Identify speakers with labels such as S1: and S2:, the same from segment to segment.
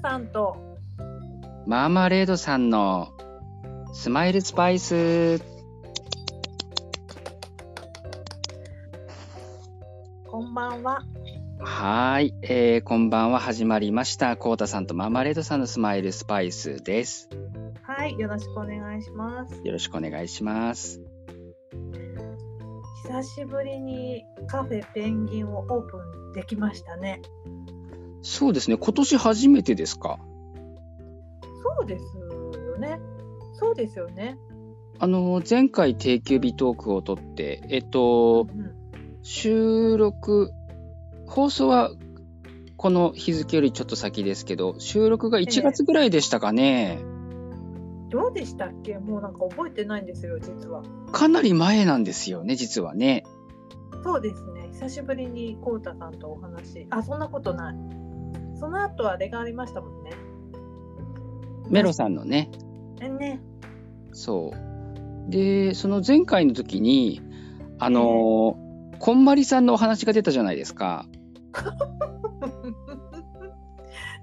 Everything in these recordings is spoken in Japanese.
S1: さんと
S2: マーマレードさんのスマイルスパイス
S1: こんばんは
S2: はーい、えー、こんばんは始まりましたコウタさんとマーマレードさんのスマイルスパイスです
S1: はいよろしくお願いします
S2: よろしくお願いします
S1: 久しぶりにカフェペンギンをオープンできましたね
S2: そうですね今年初めてですか
S1: そうですよねそうですよね
S2: あの前回定休日トークを取ってえっと
S1: うん
S2: 収録放送はこの日付よりちょっと先ですけど収録が1月ぐらいでしたかね、
S1: どうでしたっけもうなんか覚えてないんですよ実は
S2: かなり前なんですよね実はね
S1: そうですね久しぶりにこうたさんとお話あそんなことないその後あれがありましたもんね
S2: メロさんのね
S1: えね
S2: そうでその前回の時にあのーこんまりさんのお話が出たじゃないですか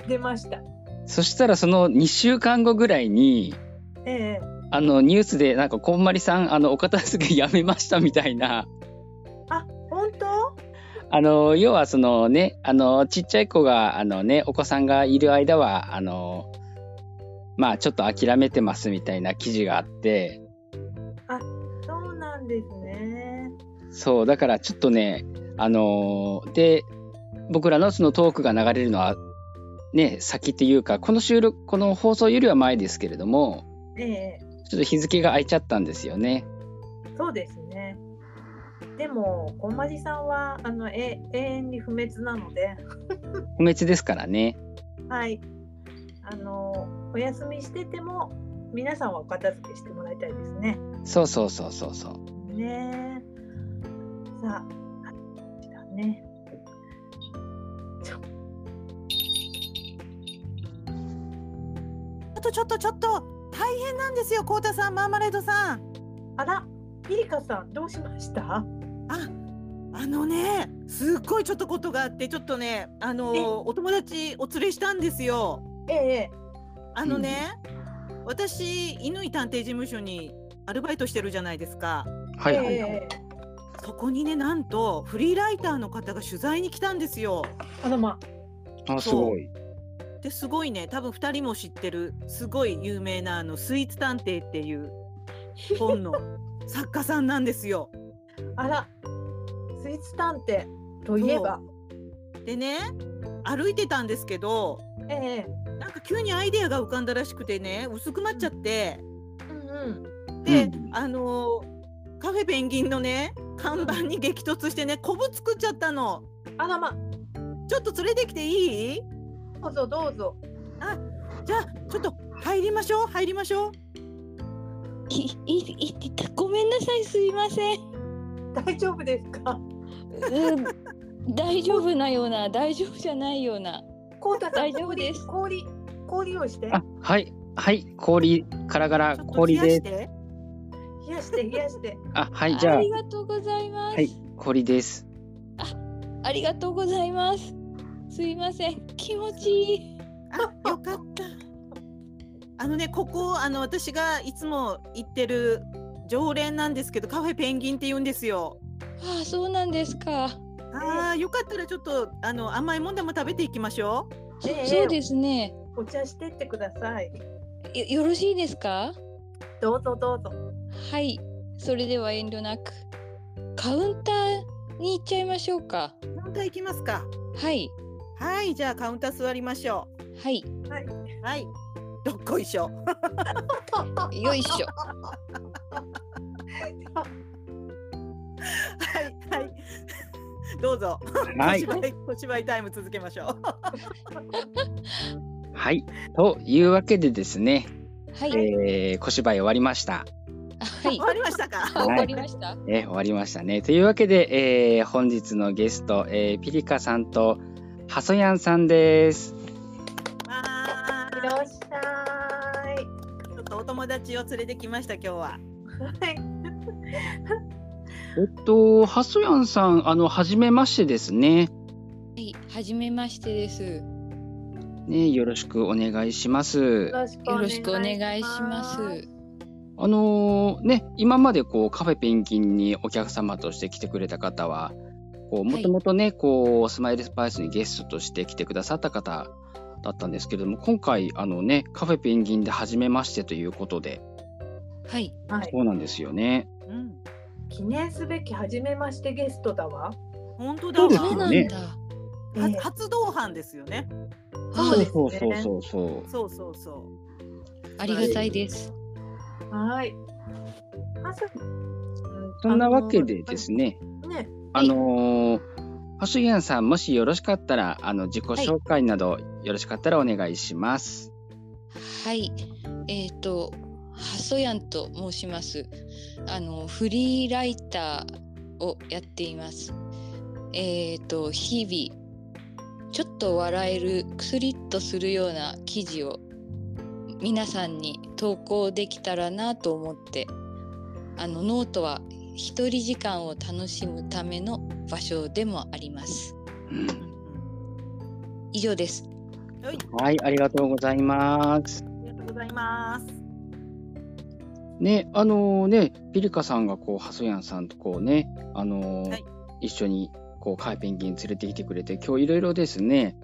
S1: 出ました。
S2: そしたらその2週間後ぐらいに
S1: ええ
S2: あのニュースでなんかこんまりさんあのお片付けやめましたみたいな
S1: あ、本当？
S2: あの要はそのねあのちっちゃい子があのねお子さんがいる間はあのまあちょっと諦めてますみたいな記事があって
S1: そうなんですね。
S2: そうだからちょっとねあので僕らのそのトークが流れるのはね先っていうかこの収録この放送よりは前ですけれども
S1: ええ
S2: ちょっと日付が空いちゃったんですよね
S1: そうですね。でもこんまりさんはあのえ永遠に不滅なので、
S2: 不滅ですからね
S1: はい。あのお休みしてても皆さんはお片付けしてもらいたいですね。
S2: そうそうそうそうそう
S1: ねえ。さあ、だね。ちょ
S3: ちょっとちょっとちょっと大変なんですよ、コウタさん、マーマレードさん。
S1: あら、ピリカさんどうしました？
S3: あ、あのね、すっごいちょっとことがあって、ちょっとね、あの
S1: え
S3: お友達お連れしたんですよ。
S1: ええ
S3: あのね、私、乾探偵事務所にアルバイトしてるじゃないですか。
S2: はいはい、
S1: ええ
S3: そこにね、なんとフリーライターの方が取材に来たんですよ。
S1: あのま
S2: あすごい
S3: ですごいね、多分二人も知ってる、すごい有名なあのスイーツ探偵っていう本の作家さんなんですよ。
S1: あら、スイーツ探偵といえば、
S3: でね、歩いてたんですけど、
S1: ええ
S3: なんか急にアイデアが浮かんだらしくてね薄くなっちゃって、
S1: うんうん、
S3: で、
S2: うん
S3: あのーカフェペンギンのね看板に激突してねコブ作っちゃったの
S1: あらま、
S3: ちょっと連れてきていい
S1: どうぞどうぞ。
S3: じゃあちょっと入りましょう入りましょう
S4: いいいいごめんなさいすいません、
S1: 大丈夫ですか。
S4: うん、大丈夫なような大丈夫じゃないような
S1: こうたさん、
S4: 大丈夫です
S1: 氷、氷、氷をして、
S2: あはいはい氷ガラガラ
S3: ちょっと
S2: 氷
S3: 冷やし
S2: です
S3: て
S1: 冷やして冷やして。
S2: あは
S4: あ
S2: いじゃあ
S4: りがとうございます、
S2: はい氷です
S4: ありがとうございますすいません気持ちいい
S3: あよかったあのねここあの私がいつも行ってる常連なんですけどカフェペンギンって言うんですよ
S4: ああそうなんですか
S3: あーよかったらちょっとあの甘いもんでも食べていきましょう
S4: そ
S1: ええ
S4: そうですね
S1: お茶してってください。
S4: よよろしいですか
S1: どうぞどうぞ。
S4: はいそれでは遠慮なくカウンターに行っちゃいましょうか
S3: 本当行きますか
S4: はい
S3: はい、じゃあカウンター座りましょ
S4: はい、
S3: う。はい。どっこいしょ。
S4: よいしょ。
S3: はいはい。どう
S2: は
S3: ぞ。小
S2: い
S3: 芝居小芝居タイム続けましょう。
S2: はいというわけでですね、
S4: はい、
S2: えー、小芝居終わりました
S4: はい
S3: 終わりましたか。
S4: あ終わりました
S2: えー終わりましたねというわけで、えー、本日のゲスト、えー、ピリカさんとハソヤンさんです
S3: まあ
S1: い、らっしゃい。
S3: ちょっとお友達を連れてきました今日は。
S1: はい。
S2: えっとハソヤンさんあの初めましてですね
S4: はいはじめましてです
S2: ね、よろしくお願いします。
S1: ろしく
S4: よろしくお願いします。
S2: あのーね、今までこうカフェペンギンにお客様として来てくれた方はも
S4: はい
S2: ともとね、こうスマイルスパイスにゲストとして来てくださった方だったんですけれども今回あの、ね、カフェペンギンで初めましてということで
S4: はい。
S1: はい、
S2: そうなんですよね。
S3: うん、
S1: 記念すべき初めましてゲストだわ。
S3: 本当だわ。
S2: そうで
S4: そ
S2: すよ
S4: うな
S2: ね
S4: んだ。
S1: ええ
S3: は初同伴ですよね。
S1: そうですね
S2: そうそうそうそう
S3: そうそうそう。
S4: ありがたいです。
S1: はい。あそうん
S2: そんなわけでです。ね、
S1: あのね、
S2: あのー、ハシュヤンさんもしよろしかったらあの自己紹介などよろしかったらお願いします。
S4: はい。えっ、と、ハソヤンと申します。あの、フリーライターをやっています。えっ、と、日々、ちょっと笑える、くすりっとするような記事を皆さんに投稿できたらなと思って、あの、ノートは一人時間を楽しむための場所でもあります。
S2: うん
S3: うん
S4: 以上です。
S3: うんはい、
S2: はい、ありがとうございます。
S3: ありがとうございます。
S2: ね、あのね、ピリカさんがこう、ハソヤンさんとこうね、あのー
S3: はい
S2: 一緒にこう、カーペンギン連れてきてくれて、今日いろいろですね、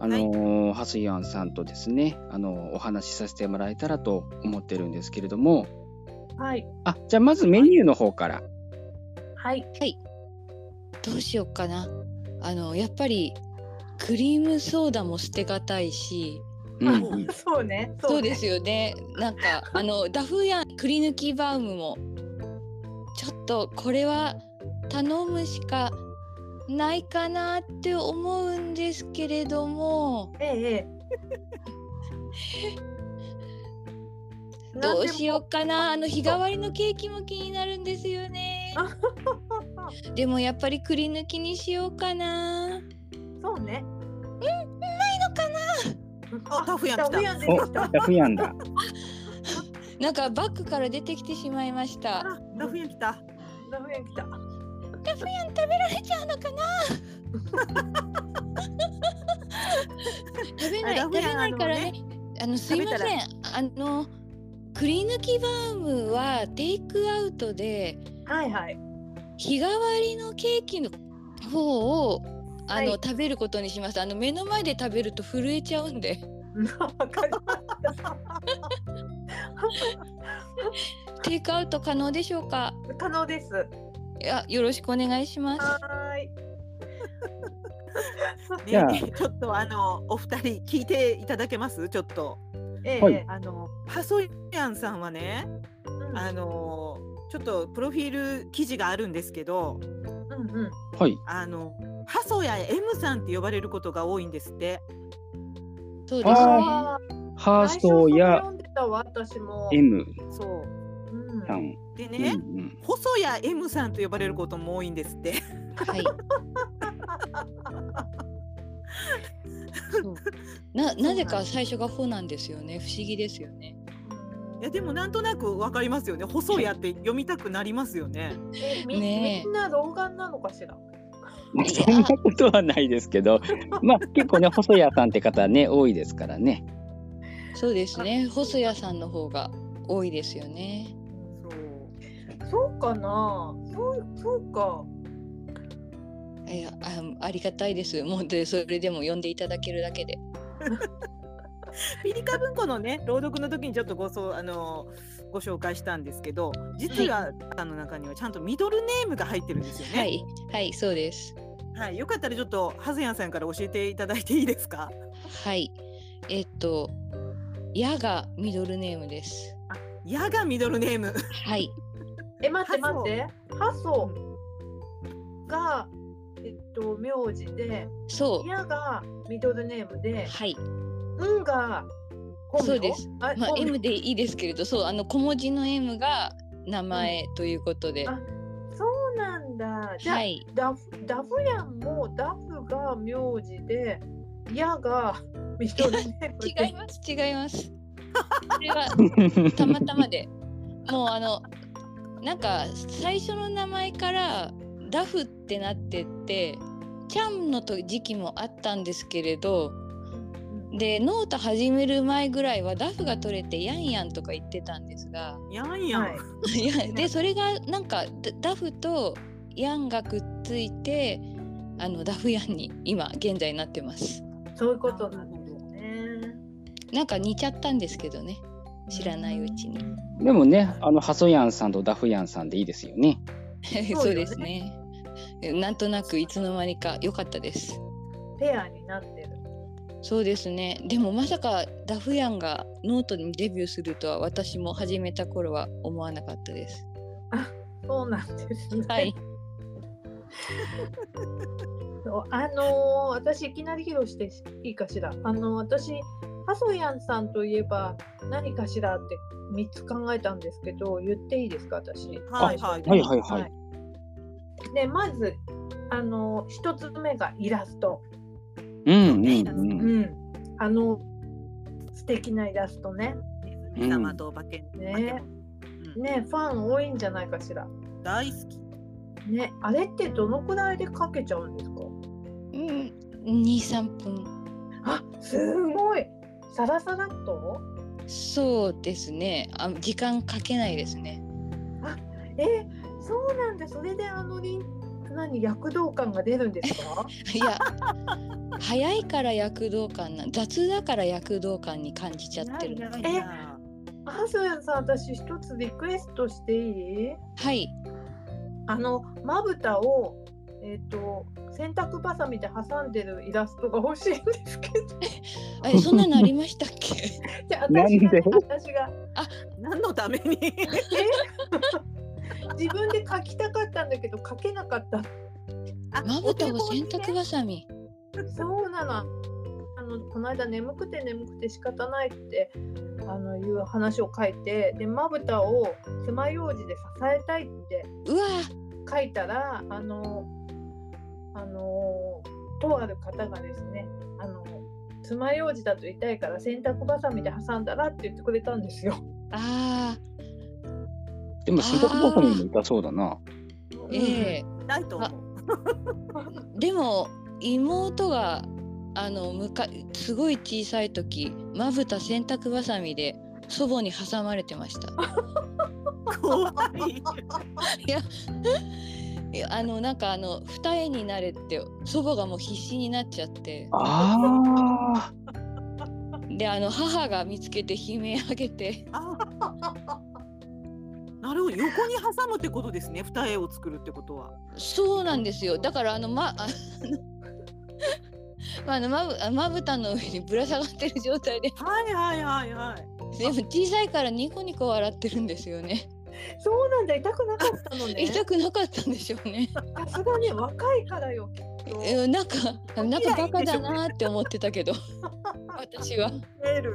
S2: あのーハソヤンさんとですね、あのーお話しさせてもらえたらと思ってるんですけれども、
S1: はい。
S2: あ、じゃあまずメニューの方から。
S1: はい。
S4: はい。どうしようかな。あのやっぱりクリームソーダも捨てがたいし、
S2: うん
S3: あ
S2: うん、
S1: そうね。
S4: そう
S1: ね
S4: ですよね。なんかあ のダフやくり抜きバウムもちょっとこれは頼むしかないかなって思うんですけれども、
S1: ええええ。
S4: どうしようかな。あの日替
S1: り。
S4: わりのケーキも気になるんですよ ね。でもやっぱりくり抜きにしようかな。
S1: そうね。うん、ないのかな。
S3: あタフやん来た
S1: タフやん出て
S2: お、
S1: きた。
S2: ダフヤンだ。
S4: なんかバッグから出てきてしまいました
S3: あ。ら、ラフィア来た。
S1: タフやん来た。
S4: ラフヤン食べられちゃうのかな 食べない
S3: あラ
S4: 食
S3: フヤ
S4: べ
S3: ン
S4: ないからねあのすいませ
S3: 食べ
S4: んあのくり抜きバームはテイクアウトで
S1: はいはい。
S4: 日替わりのケーキの方をあの、
S1: はい
S4: 食べることにしますあの目の前で食べると震えちゃうんで
S1: わかりました。
S4: テイクアウト可能でしょうか
S1: 可能です。
S4: いやよろしくお願いします
S1: はーい。
S2: じゃあ
S3: ね、ちょっとあのお二人聞いていただけます？ちょっと
S1: ええ
S2: はい
S1: え
S3: あのパソヤンさんはね、
S1: えうん
S3: あのちょっとプロフィール記事があるんですけど、
S1: うんうん。
S2: はい。
S3: あのハソや M さんって呼ばれることが多いんですって。
S4: そうですね
S2: あ
S1: あ
S2: ハ
S1: あ、
S2: ーストや
S1: 読んでたわ私も。
S2: M
S3: そう。
S1: うん
S2: さん。
S3: で
S2: うんう
S3: ね、
S2: ん、
S3: 細や M さんと呼ばれることも多いんですって。
S4: はい。そうななぜか最初が「ほ」なんですよね不思議ですよね。
S3: いやでもなんとなくわかりますよね。細やって読みたくなりますよね。
S1: えみ
S4: ねえ
S1: みんな老眼なのかしら。
S2: そんなことはないですけ ど、まあ結構ね、細谷さんって方ね、多いですからね。
S4: そうですね細谷さんの方が多いですよね。
S3: そう。
S1: そうかな。そうそうか。
S4: いやあありがたいですもうでそれでも呼んでいただけるだけで。
S3: ピリカ文庫のね朗読の時にちょっとごそうあのご紹介したんですけど、実は、あの中にはちゃんとミドルネームが入ってるんですよね。
S4: はいはいそうです。
S3: はい、よかったらちょっとハズヤンさんから教えていただいていいですか。
S4: はいえっと「や」がミドルネームです。
S3: やがミドルネーム。
S4: はい
S1: え待って待って。ハソ
S3: う
S1: がえっと名字で、
S4: そう
S1: ヤがミドルネームで、
S4: はい、
S1: うんが本名。
S4: そうです。
S1: あ、
S4: まあ、
S1: 本名
S4: M でいいですけれどそうあの小文字の M が名前ということで。
S1: あそうなんだ。じゃあ、
S4: はい
S1: ダフダフヤンもダフが名字で、ヤがミドルネームで。
S4: 違います違います。これはたまたま で。もうあのなんか最初の名前からダフってなってってちゃんの時期もあったんですけれど
S1: うん
S4: でノート始める前ぐらいはダフが取れてやんやんとか言ってたんです が
S3: やんやん、
S1: はい。
S4: いやでそれがなんかダダフとヤンがくっついてあのダフヤンに今現在なってます
S1: そういうことなんですね。
S4: なんか似ちゃったんですけどね知らないうちに
S2: でもね、あの、ハソヤンさんとダフヤンさんでいいですよね。
S1: よね
S4: そうですねなんとなくいつの間にか良かったです
S1: ペアになってる。
S4: そうですねでもまさかダフヤンがノートにデビューするとは私も始めた頃は思わなかった です
S1: そうなんですね。
S4: はい。
S1: そうあのー私いきなり披露していいかしら。あのー私ハソヤンさんといえば何かしらって3つ考えたんですけど言っていいですか私。
S3: はいはい
S2: はいはいはい。
S1: でまずあのー、1つ目がイラスト。
S2: うんうん
S1: う
S2: うん。
S1: ん。あの素敵なイラストね。
S3: 水玉とお化けの
S1: ね
S3: 化け物うん
S1: ねファン多いんじゃないかしら。
S3: 大好き
S1: ねあれってどのくらいで描けちゃうんですか
S4: うん23分
S1: あすごいサラサラっと
S4: そうですねあ時間かけないですね
S1: えそうなんだそれであのりん何躍動感が出るんです か
S4: い や早いから躍動感な雑だから躍動感に感じちゃってるのかな
S1: えハソヤンさん私一つリクエストしていい
S4: はい
S1: あのまぶたをえっ、と洗濯バサミで挟んでるイラストが欲しいんですけど
S4: えそんなのありましたっけ
S1: じゃあ
S2: なん
S1: 私が
S2: で
S1: 私が
S3: 何のために
S1: 自分で描きたかったんだけど描けなかった
S3: あ
S4: まぶたを
S3: お手
S4: 洗
S3: 本に
S4: 濯
S3: ね
S4: ばさみ
S1: そうなの。あのこの間眠くて眠くて仕方ないってあのいう話を書いてでまぶたを爪楊枝で支えたいって
S4: うわ
S1: 書いたらあのあのとある方がですねあの爪楊枝だと痛いから洗濯ばさみで挟んだらって言ってくれたんですよ。
S4: あ
S2: でも、すごく僕にもいたそうだな。
S4: ーええ
S3: ないと思う
S4: でも妹があのむかすごい小さい時まぶた洗濯ばさみで祖母に挟まれてました
S3: 怖い
S4: いやあのなんかあの二重になれって祖母がもう必死になっちゃって
S2: あ
S4: であの母が見つけて悲鳴あげて
S3: あなるほど横に挟むってことですね二重を作るってことは
S4: そうなんですよだからあのまあの まああのまぶあまぶたの上にぶら下がってる状態で
S3: はいはいはいはい
S4: でも小さいからニコニコ笑ってるんですよね
S1: そうなんだ痛くなかったのね。
S4: 痛くなかったんでしょうね
S1: さすがに若いからよきっと。
S4: えなんかなんかバカだなーって思ってたけど私は
S3: メール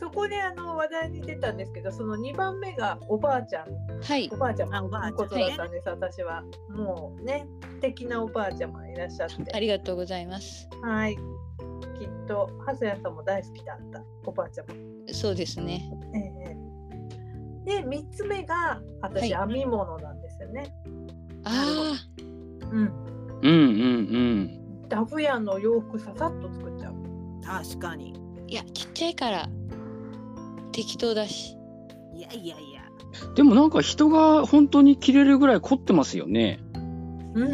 S1: そこであの話題に出たんですけどその2番目がおばあちゃん
S4: はい
S1: おばあちゃま
S3: あおばあ
S1: の
S3: ち
S1: こ
S3: ゃん
S1: と
S3: ね
S1: だったんです、私はもうね素敵なおばあちゃまいらっしゃって
S4: ありがとうございます
S1: はいきっとハスヤさんも大好きだったおばあちゃま、
S4: そうですね
S1: ええで3つ目が私、
S4: は
S1: 編み物なんですよね
S4: ああ
S1: うん
S2: あ。うんうん
S1: ダフヤンの洋服ささっと作っちゃう
S3: 確かに
S4: いやちっちゃいから適当だし
S3: いやいやいや
S2: うん。でも、なんか人が本当に着れるぐらい凝ってますよね。
S1: うんうんう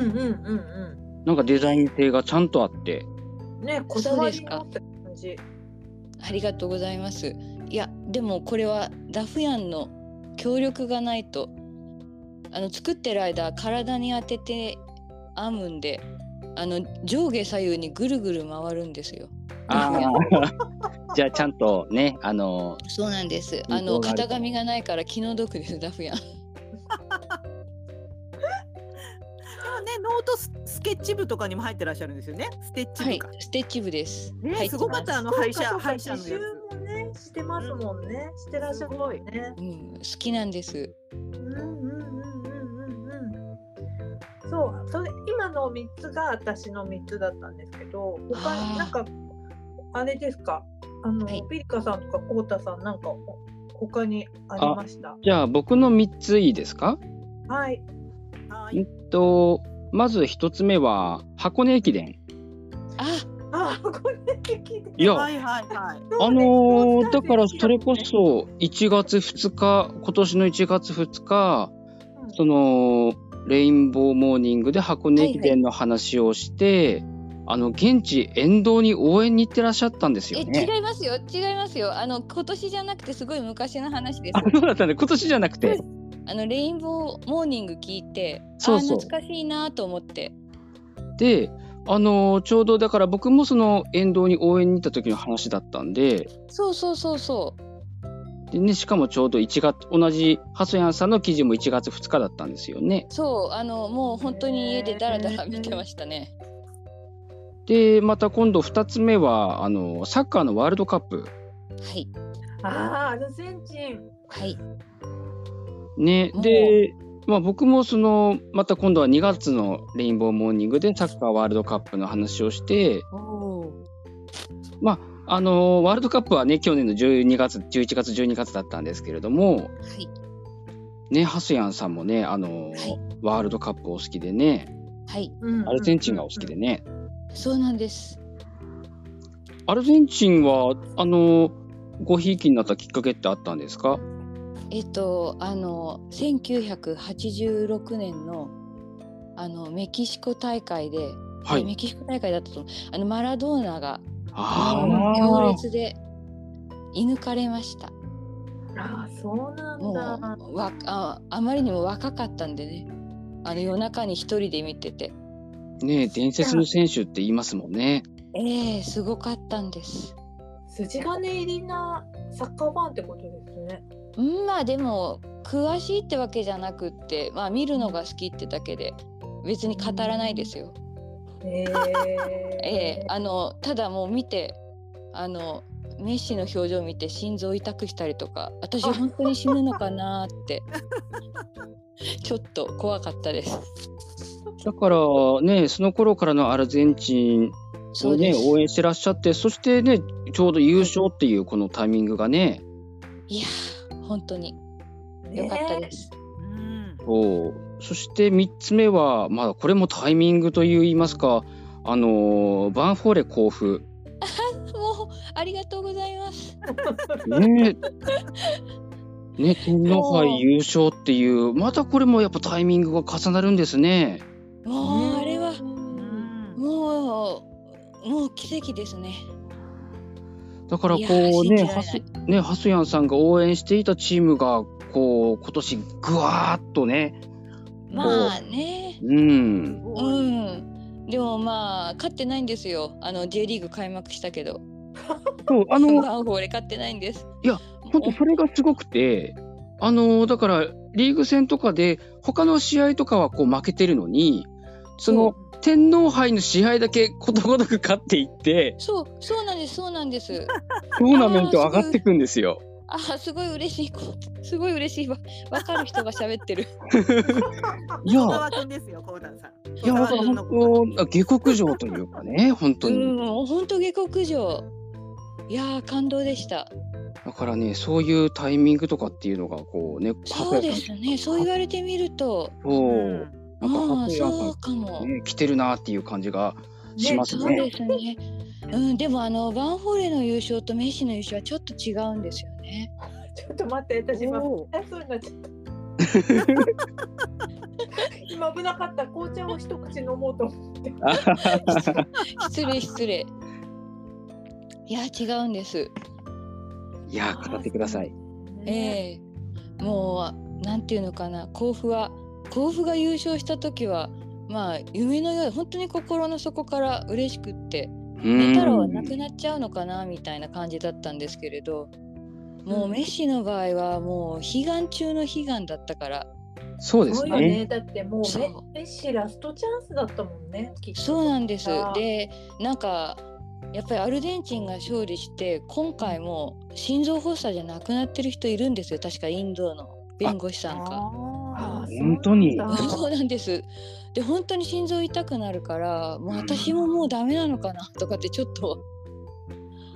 S1: ん
S2: なんかデザイン性がちゃんとあって。
S1: うんねこだわりのって感じ
S4: ありがとうございますいやでもこれはダフヤンの協力がないとあの作ってる間体に当てて編むんであの上下左右にぐるぐる回るんですよ
S2: ああ。 じゃあ、ちゃんとね、あの、
S4: そうなんですあ
S2: あの
S4: の型紙がないから気の毒ですダフヤン
S3: でもねノートススケッチ部とかにも入ってらっしゃるんですよねステッチ
S4: は
S3: 部
S4: い
S3: か、
S4: ステッチ部です。
S3: ね
S4: はい
S3: すごかったあの歯医者歯医者の
S1: 刺
S3: やつ
S1: 繍もねしてますもんね、してらっしゃるもんね
S4: うん、好きなんです。
S1: うんうんうんうんうんうんそうそれ今の3つが私の3つだったんですけど他
S4: あ
S1: に
S4: ー
S1: なんかあれですかあの、
S4: はい
S1: ピリカさんとかコウタさんなんかほ他にありました
S2: じゃあ、僕の3ついいですか
S1: はい
S3: は
S2: え
S3: い
S2: っと、まず1つ目は、箱根駅伝。
S4: あ、
S1: あああ、これ聞いて。
S2: いや
S3: はいはいはい。
S2: あのーだからそれこそ1月2日今年の1月2日
S1: うん
S2: そのレインボーモーニングで箱根駅伝の話をして、あの現地沿道に応援に行ってらっしゃったんです
S4: え
S2: よね。
S4: 違いますよ違いますよあの今年じゃなくてすごい昔の話です
S2: あそうだったね今年じゃなくて
S4: あのレインボーモーニング聞いて
S2: そうそう
S4: あー懐かしいなと思って
S2: であのーちょうどだから僕もその沿道に応援に行った時の話だったんで
S4: そうそうそうそう
S2: で、ね、しかもちょうど1月同じハソヤンさんの記事も1月2日だったんですよね。
S4: そうあのもう本当に家でダラダラ見てましたね
S2: でまた今度2つ目はあのサッカーのワールドカップ。
S4: はい
S1: ああ、アルゼンチン。
S4: はい
S2: ね、
S4: うん
S2: で、まあ、僕もそのまた今度は2月のレインボーモーニングでサッカーワールドカップの話をして、
S3: おお。
S2: あのーワールドカップはね去年の12月11月12月だったんですけれども、
S4: はい
S2: ね、ハスヤンさんもね、あのー
S4: はい
S2: ワールドカップお好きでね
S4: はい
S1: うん
S2: アルゼンチンがお好きで。ね、
S4: そうなんです
S2: アルゼンチンはあのーごひいきになったきっかけってあったんですか
S4: えっとあの1986年のあのメキシコ大会で、
S2: は
S4: メ
S2: い。
S4: キシコ大会だったと思うあのマラドーナが
S2: あ
S4: 強
S2: あ。
S4: 烈で射抜かれました
S1: ああ、そうなんだ。
S4: もうわああまりにも若かったんでねあの夜中に一人で見てて
S2: ね伝説の選手って言いますもんね。
S4: ええすごかったんです
S1: 筋金入りなサッカーファンってことですね。
S4: うんまあでも詳しいってわけじゃなくってまあ見るのが好きってだけで別に語らないですよ
S1: え
S4: ええあのただもう見てあのメッシの表情見て心臓痛くしたりとか私
S1: あ
S4: 本当に死ぬのかなーってちょっと怖かったです
S2: だからね、その頃からのアルゼンチンを
S4: そうで
S2: ね、
S4: す
S2: 応援してらっしゃって、そしてね、ちょうど優勝っていうこのタイミングがね、
S4: いやー本当に
S1: え
S4: 良かったです、
S3: うん。
S2: そうそして3つ目は、まあ、これもタイミングといいますか、あのーバンフォーレ甲府、
S4: もうありがとうございます
S2: ねね、天皇杯優勝っていう、またこれもやっぱタイミングが重なるんですね。
S4: もうあれは
S3: うん。
S4: もうもう奇跡ですね
S2: だから
S4: いやー
S2: こう
S4: 信じ
S2: ね、
S4: られな
S2: ハ
S4: い
S2: スねハスヤンさんが応援していたチームが、こう今年ぐわーっとね、
S4: まあね
S2: うん、
S4: う
S3: うん。
S4: んでもまあ勝ってないんですよあの J リーグ開幕したけど
S2: そうあ
S4: あの
S2: の
S4: バンフォーレ勝ってないんです
S2: いや本当それがすごくてあのだからリーグ戦とかで他の試合とかはこう負けてるのにその天皇杯の試合だけことごとく勝っていって
S4: そうそうなんですそうなんです
S2: トーナメント上がっていくんですよ。
S4: あーすごい嬉しいこすごい嬉しいわ分かる人が喋っ てる
S2: いや
S3: 小沢君ですよ、コウタンさん。
S2: いやだ
S3: 小
S2: から
S3: 沢君のこと
S2: 本当下克上というか ね本当
S4: う
S2: に
S4: んもう本当下克上いやー感動でした
S2: だからねそういうタイミングとかっていうのがこうね
S4: そうで
S2: ハ
S4: すねそう言われてみると
S2: ソヤンさんそう
S3: うん
S4: あ
S2: なんかハ
S4: あ
S2: ソ
S4: ー
S2: ヤンさん
S4: そうかも、
S2: ね来てるなっていう感じがします
S4: そう
S2: ね。
S4: ですね。うん、でもあのバンフォーレの優勝とメッシの優勝はちょっと違うんですよね。
S1: ちょっと待って、私今、
S3: お
S1: えそうになっちゃった。今危なかった、紅茶を一口飲もうと思って。
S4: 失礼失礼。いや違うんです。
S2: いや語ってください。
S4: ええもうなんていうのかな甲府は甲府が優勝した時はまあ夢のよう本当に心の底から嬉しくってメタロはなくなっちゃうのかなみたいな感じだったんですけれど。もうメッシの場合はもう悲願中の悲願だったから
S2: そうで
S1: そ
S2: す
S1: うよ
S2: ね。
S1: ね、だってもう
S4: そ
S1: メ
S4: う
S1: メッシラストチャンスだったもんね。きっと
S4: そうなんです
S1: あー。
S4: で、なんかやっぱりアルゼンチンが勝利して、今回も心臓発作じゃなくなってる人いるんですよ。確かインドの弁護士さんか。
S1: あ
S3: あ
S1: ー
S3: ー
S2: 本当に
S1: そうなんだ
S4: そうなんです。で、本当に心臓痛くなるから、もう
S2: うん
S4: 私ももうダメなのかなとかってちょっと、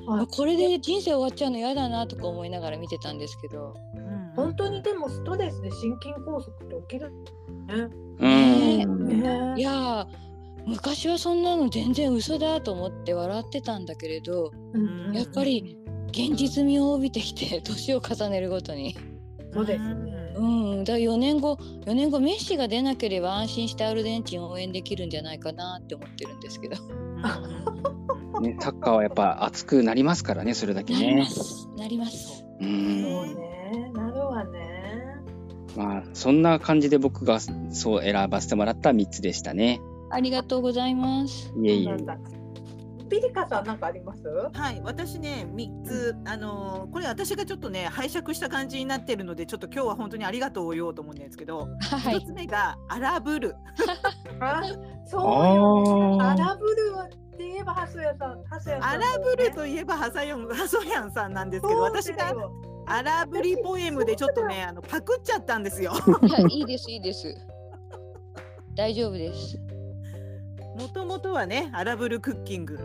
S1: あ
S4: あこれで人生終わっちゃうの嫌だなとか思いながら見てたんですけど、
S3: うん
S1: 本当にでもストレスで心筋梗塞って起きる。
S2: うん
S1: ね。
S4: いやー昔はそんなの全然嘘だと思って笑ってたんだけれど
S1: うん
S4: やっぱり現実味を帯びてきて 年を重ねるごとに、
S1: そうですね
S4: うん、だから4年後4年後メッシが出なければ安心してアルゼンチンを応援できるんじゃないかなって思ってるんですけど。
S2: ね、サッカーはやっぱ熱くなりますからね、それだけ
S4: なりま
S2: ね。
S4: すなります。
S2: うん。
S1: そうねなるわね
S2: まあ、そんな感じで僕がそう選ばせてもらった3つでしたね。
S4: ありがとうござ います。
S2: いえいえ
S1: な。んだピリカさんなんかあります
S3: はい、私ね、3つ、あのーこれ私がちょっとね、拝借した感じになってるので、ちょっと今日は本当にありがとうを言おうと思うんですけど、
S4: は
S3: 一
S4: い
S3: つ目が、アラブル。
S1: あそうよア
S2: ああ。
S1: ラブルって言えばハスヤさんハスヤさ
S3: ア
S1: んだ
S3: ラ
S1: よね、
S3: ブルといえばハサヨン、ハソヤンさんなんですけど、
S1: そう
S3: 私
S1: だ
S3: が
S1: よ
S3: アラブリポエムでちょっとね、あのパクっちゃったんですよ。
S4: いや、いいです、いいです。大丈夫です。
S3: もともとはね、アラブルクッキング。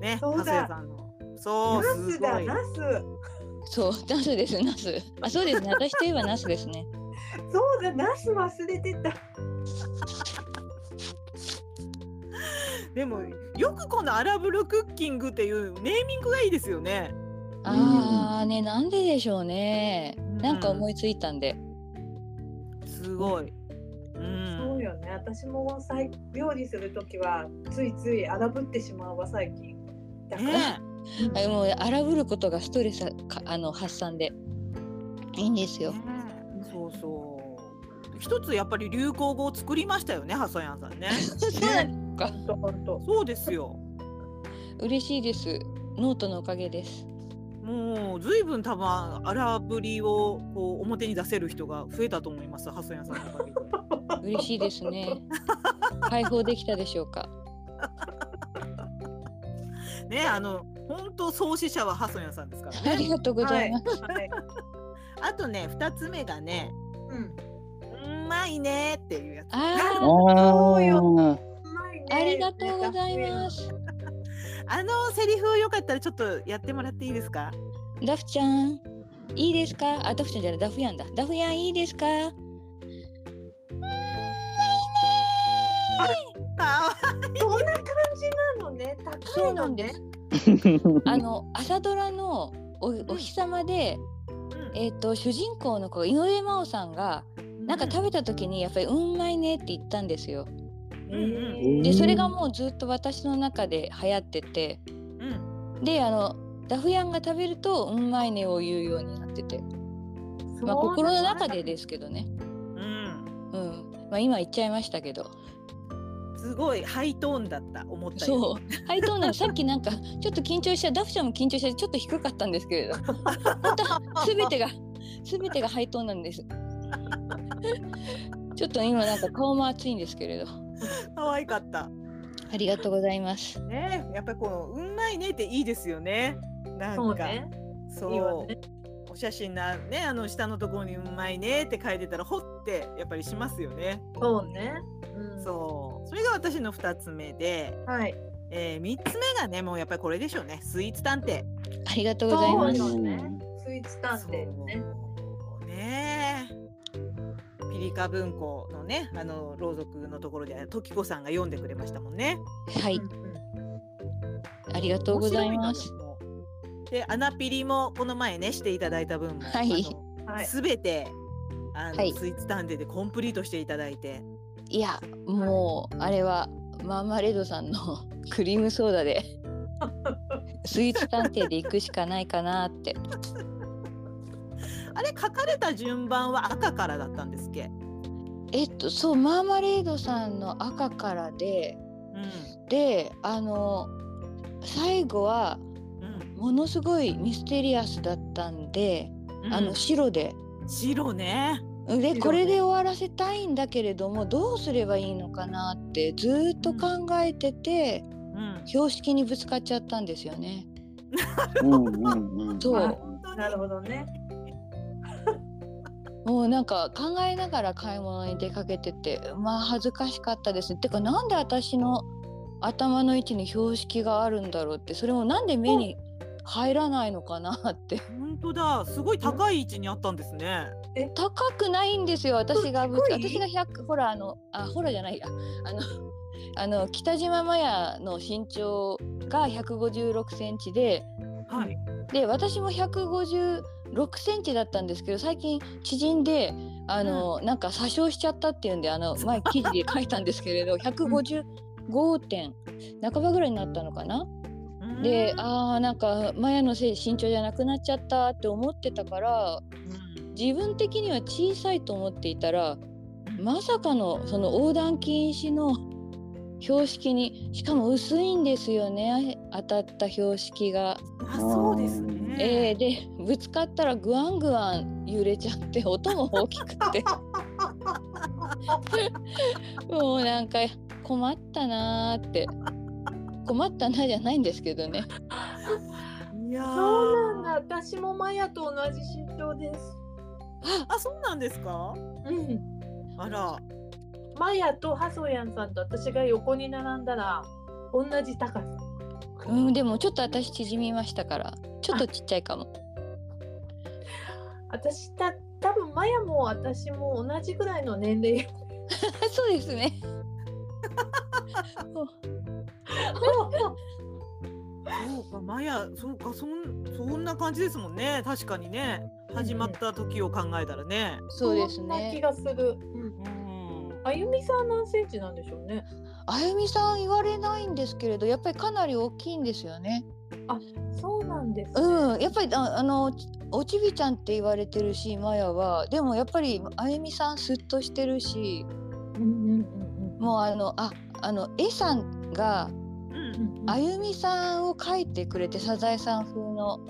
S3: ね、
S1: そうだ
S3: ハソヤンさんの。そう、
S1: ナ
S3: す
S1: ス
S3: ご
S1: だ
S3: い。
S1: ナス
S4: そう、ナスです、ナス。あ、そうですね。私といえばナスですね。
S1: そうだナス忘れてた
S3: でも、よくこのアラブルクッキングっていうネーミングがいいですよね。
S4: ああ、ね、なんででしょうね。なんか思いついたんで。
S3: すごい。うん。
S1: そうよね私も最料理する時はついつい荒ぶってしまうわ最近だから、
S3: ね
S1: うん
S4: あもう荒ぶることがストレスかあの発散でいいんです
S3: え
S4: よ。
S3: そうそう。一つやっぱり流行語を作りましたよね、ハソヤンさ んね。
S4: そうか
S1: ほんとほんと
S3: そうですよ。
S4: 嬉しいです。ノートのおかげです。
S3: もうずいぶん多分荒ぶりをこう表に出せる人が増えたと思います、ハソヤンさんのおかげで。
S4: 嬉しいです ね。解放できたでしょうか。
S3: ね、あの本当創始者はハソヤンさんですからね。
S4: ありがとうございます。
S1: はい、
S3: あとね、二つ目がね、
S1: うん、
S3: うまいねっていうやつ。
S4: あ
S2: あ
S1: そ
S4: あ、
S1: う
S2: ー
S1: うまいね
S4: ありがとうございます。
S3: あのセリフをよかったらちょっとやってもらっていいですか。
S4: ダフちゃん、いいですかあ、ダフちゃんじゃない、ダフヤンだ。ダフヤンいいですか
S3: あ
S1: こんな感じなのね高いのね。
S4: あの、朝ドラのおお日様で、
S3: うん
S4: えっ、と、主人公の子、井上真央さんが、なんか食べた時に、やっぱり、うんまいねって言ったんですよ。
S1: うん
S3: う
S2: うん
S4: で、それがもうずっと私の中で流行ってて、
S3: うん、
S4: で、あの、ダフヤンが食べると、うんまいねを言うようになってて、まあ、心の中でですけどね。
S3: うん、
S4: うん。まあ、今言っちゃいましたけど。
S3: すごいハイトーンだった、思ったより。
S4: そう、ハイトーンなのさっきなんかちょっと緊張したダフちゃんも緊張してちょっと低かったんですけれど、本当すべてがすべてがハイトーンなんです。 ちょっと今なんか顔も熱いんですけれど、
S3: 可愛かった。
S4: ありがとうございます。
S3: ね、やっぱりこのうんまいねっていいですよね。なんか、
S1: そうね。
S3: そう
S1: いいわね
S3: お写真なね、あの下のところにうんまいねって書いてたら、ほってやっぱりしますよね。
S1: そうね。うん、
S3: そう、それが私の二つ目で、
S1: はい。
S3: えー、三つ目がね、もうやっぱりこれでしょうね。スイーツ探偵。
S4: ありがとうございま
S1: そう
S4: す。
S1: よね。スイーツ探偵ね。
S3: そうねえピリカ文庫のね、あの朗読のところで、時子さんが読んでくれましたもんね。
S4: はい、ありがとうございます。
S3: 面白いな。でもで、アナピリもこの前ね、していただいた分も、
S4: はい
S1: うんはい。
S3: すべて。あの、
S4: はい
S3: スイーツ探偵でコンプリートしていただいて。
S4: いや、もうあれはマーマレードさんの クリームソーダでスイーツ探偵で行くしかないかなって。
S3: あれ、書かれた順番は赤からだったんですっけ。
S4: えっとそうマーマレードさんの赤からで。
S3: う
S4: であの最後は
S3: ん。うん。
S4: ものすごいミステリアスだったんで、あ
S3: う
S4: の
S3: ん
S4: 白で。
S3: 白ね。
S4: で
S1: ね
S4: これで終わらせたいんだけれどもどうすればいいのかなってずーっと考えてて、
S3: うん。
S4: 標識にぶつかっちゃったんですよね。
S2: うんうんうん。
S4: そう
S1: なるほどね。
S4: もうなんか考えながら買い物に出かけててまあ恥ずかしかったです。てかなんで私の頭の位置に標識があるんだろうってそれもなんで目に入らないのかなって
S3: 本当だ。すごい高い位置にあったんですね。
S4: 高くないんですよ私がぶつ
S1: すごい
S4: 私が100ほらあのあほらじゃないやあのあの北島麻也の身長が156センチで
S3: はい。
S4: で私も156センチだったんですけど最近縮んであの、なんか詐称しちゃったっていうんであの前記事で書いたんですけれど155点半ばぐらいになったのかな。であーなんかマヤのせい身長じゃなくなっちゃったって思ってたから自分的には小さいと思っていたらまさかのその横断禁止の標識にしかも薄いんですよね当たった標識が。
S3: あ、そうですね。
S4: えーでぶつかったらグワングワン揺れちゃって音も大きく てもうなんか困ったなーって困ったなじゃないんですけどね。
S3: いやー
S1: そうなんだ。私もマヤと同じ身長です。
S4: あ
S3: あ、そうなんですか。
S1: うん。
S3: あら。
S1: マヤとハソヤンさんと私が横に並んだら同じ高さ。
S4: うん、でもちょっと私縮みましたからちょっとちっちゃいかも。
S1: 私た多分マヤも私も同じくらいの年 齢。
S4: そうですね。
S3: そうか、マヤ、そうか、そん、そんな感じですもんね。確かにね。始まった時を考えたらね。
S4: そうです
S1: んな気
S4: ね。
S1: がする。うん
S3: うん。
S1: あゆみさん何センチなんでしょうね。
S4: あゆみさん言われないんですけれど、やっぱりかなり大きいんですよね。
S1: そうなんです、ね。
S4: うん、やっぱりああのおちびちゃんって言われてるし、マヤはでもやっぱりあゆみさんすっとしてるし、
S1: うんうん
S4: もうあのああの絵さんが
S3: うん
S1: うんう。んうん。
S4: あゆみさんを描いてくれてサザエさん風の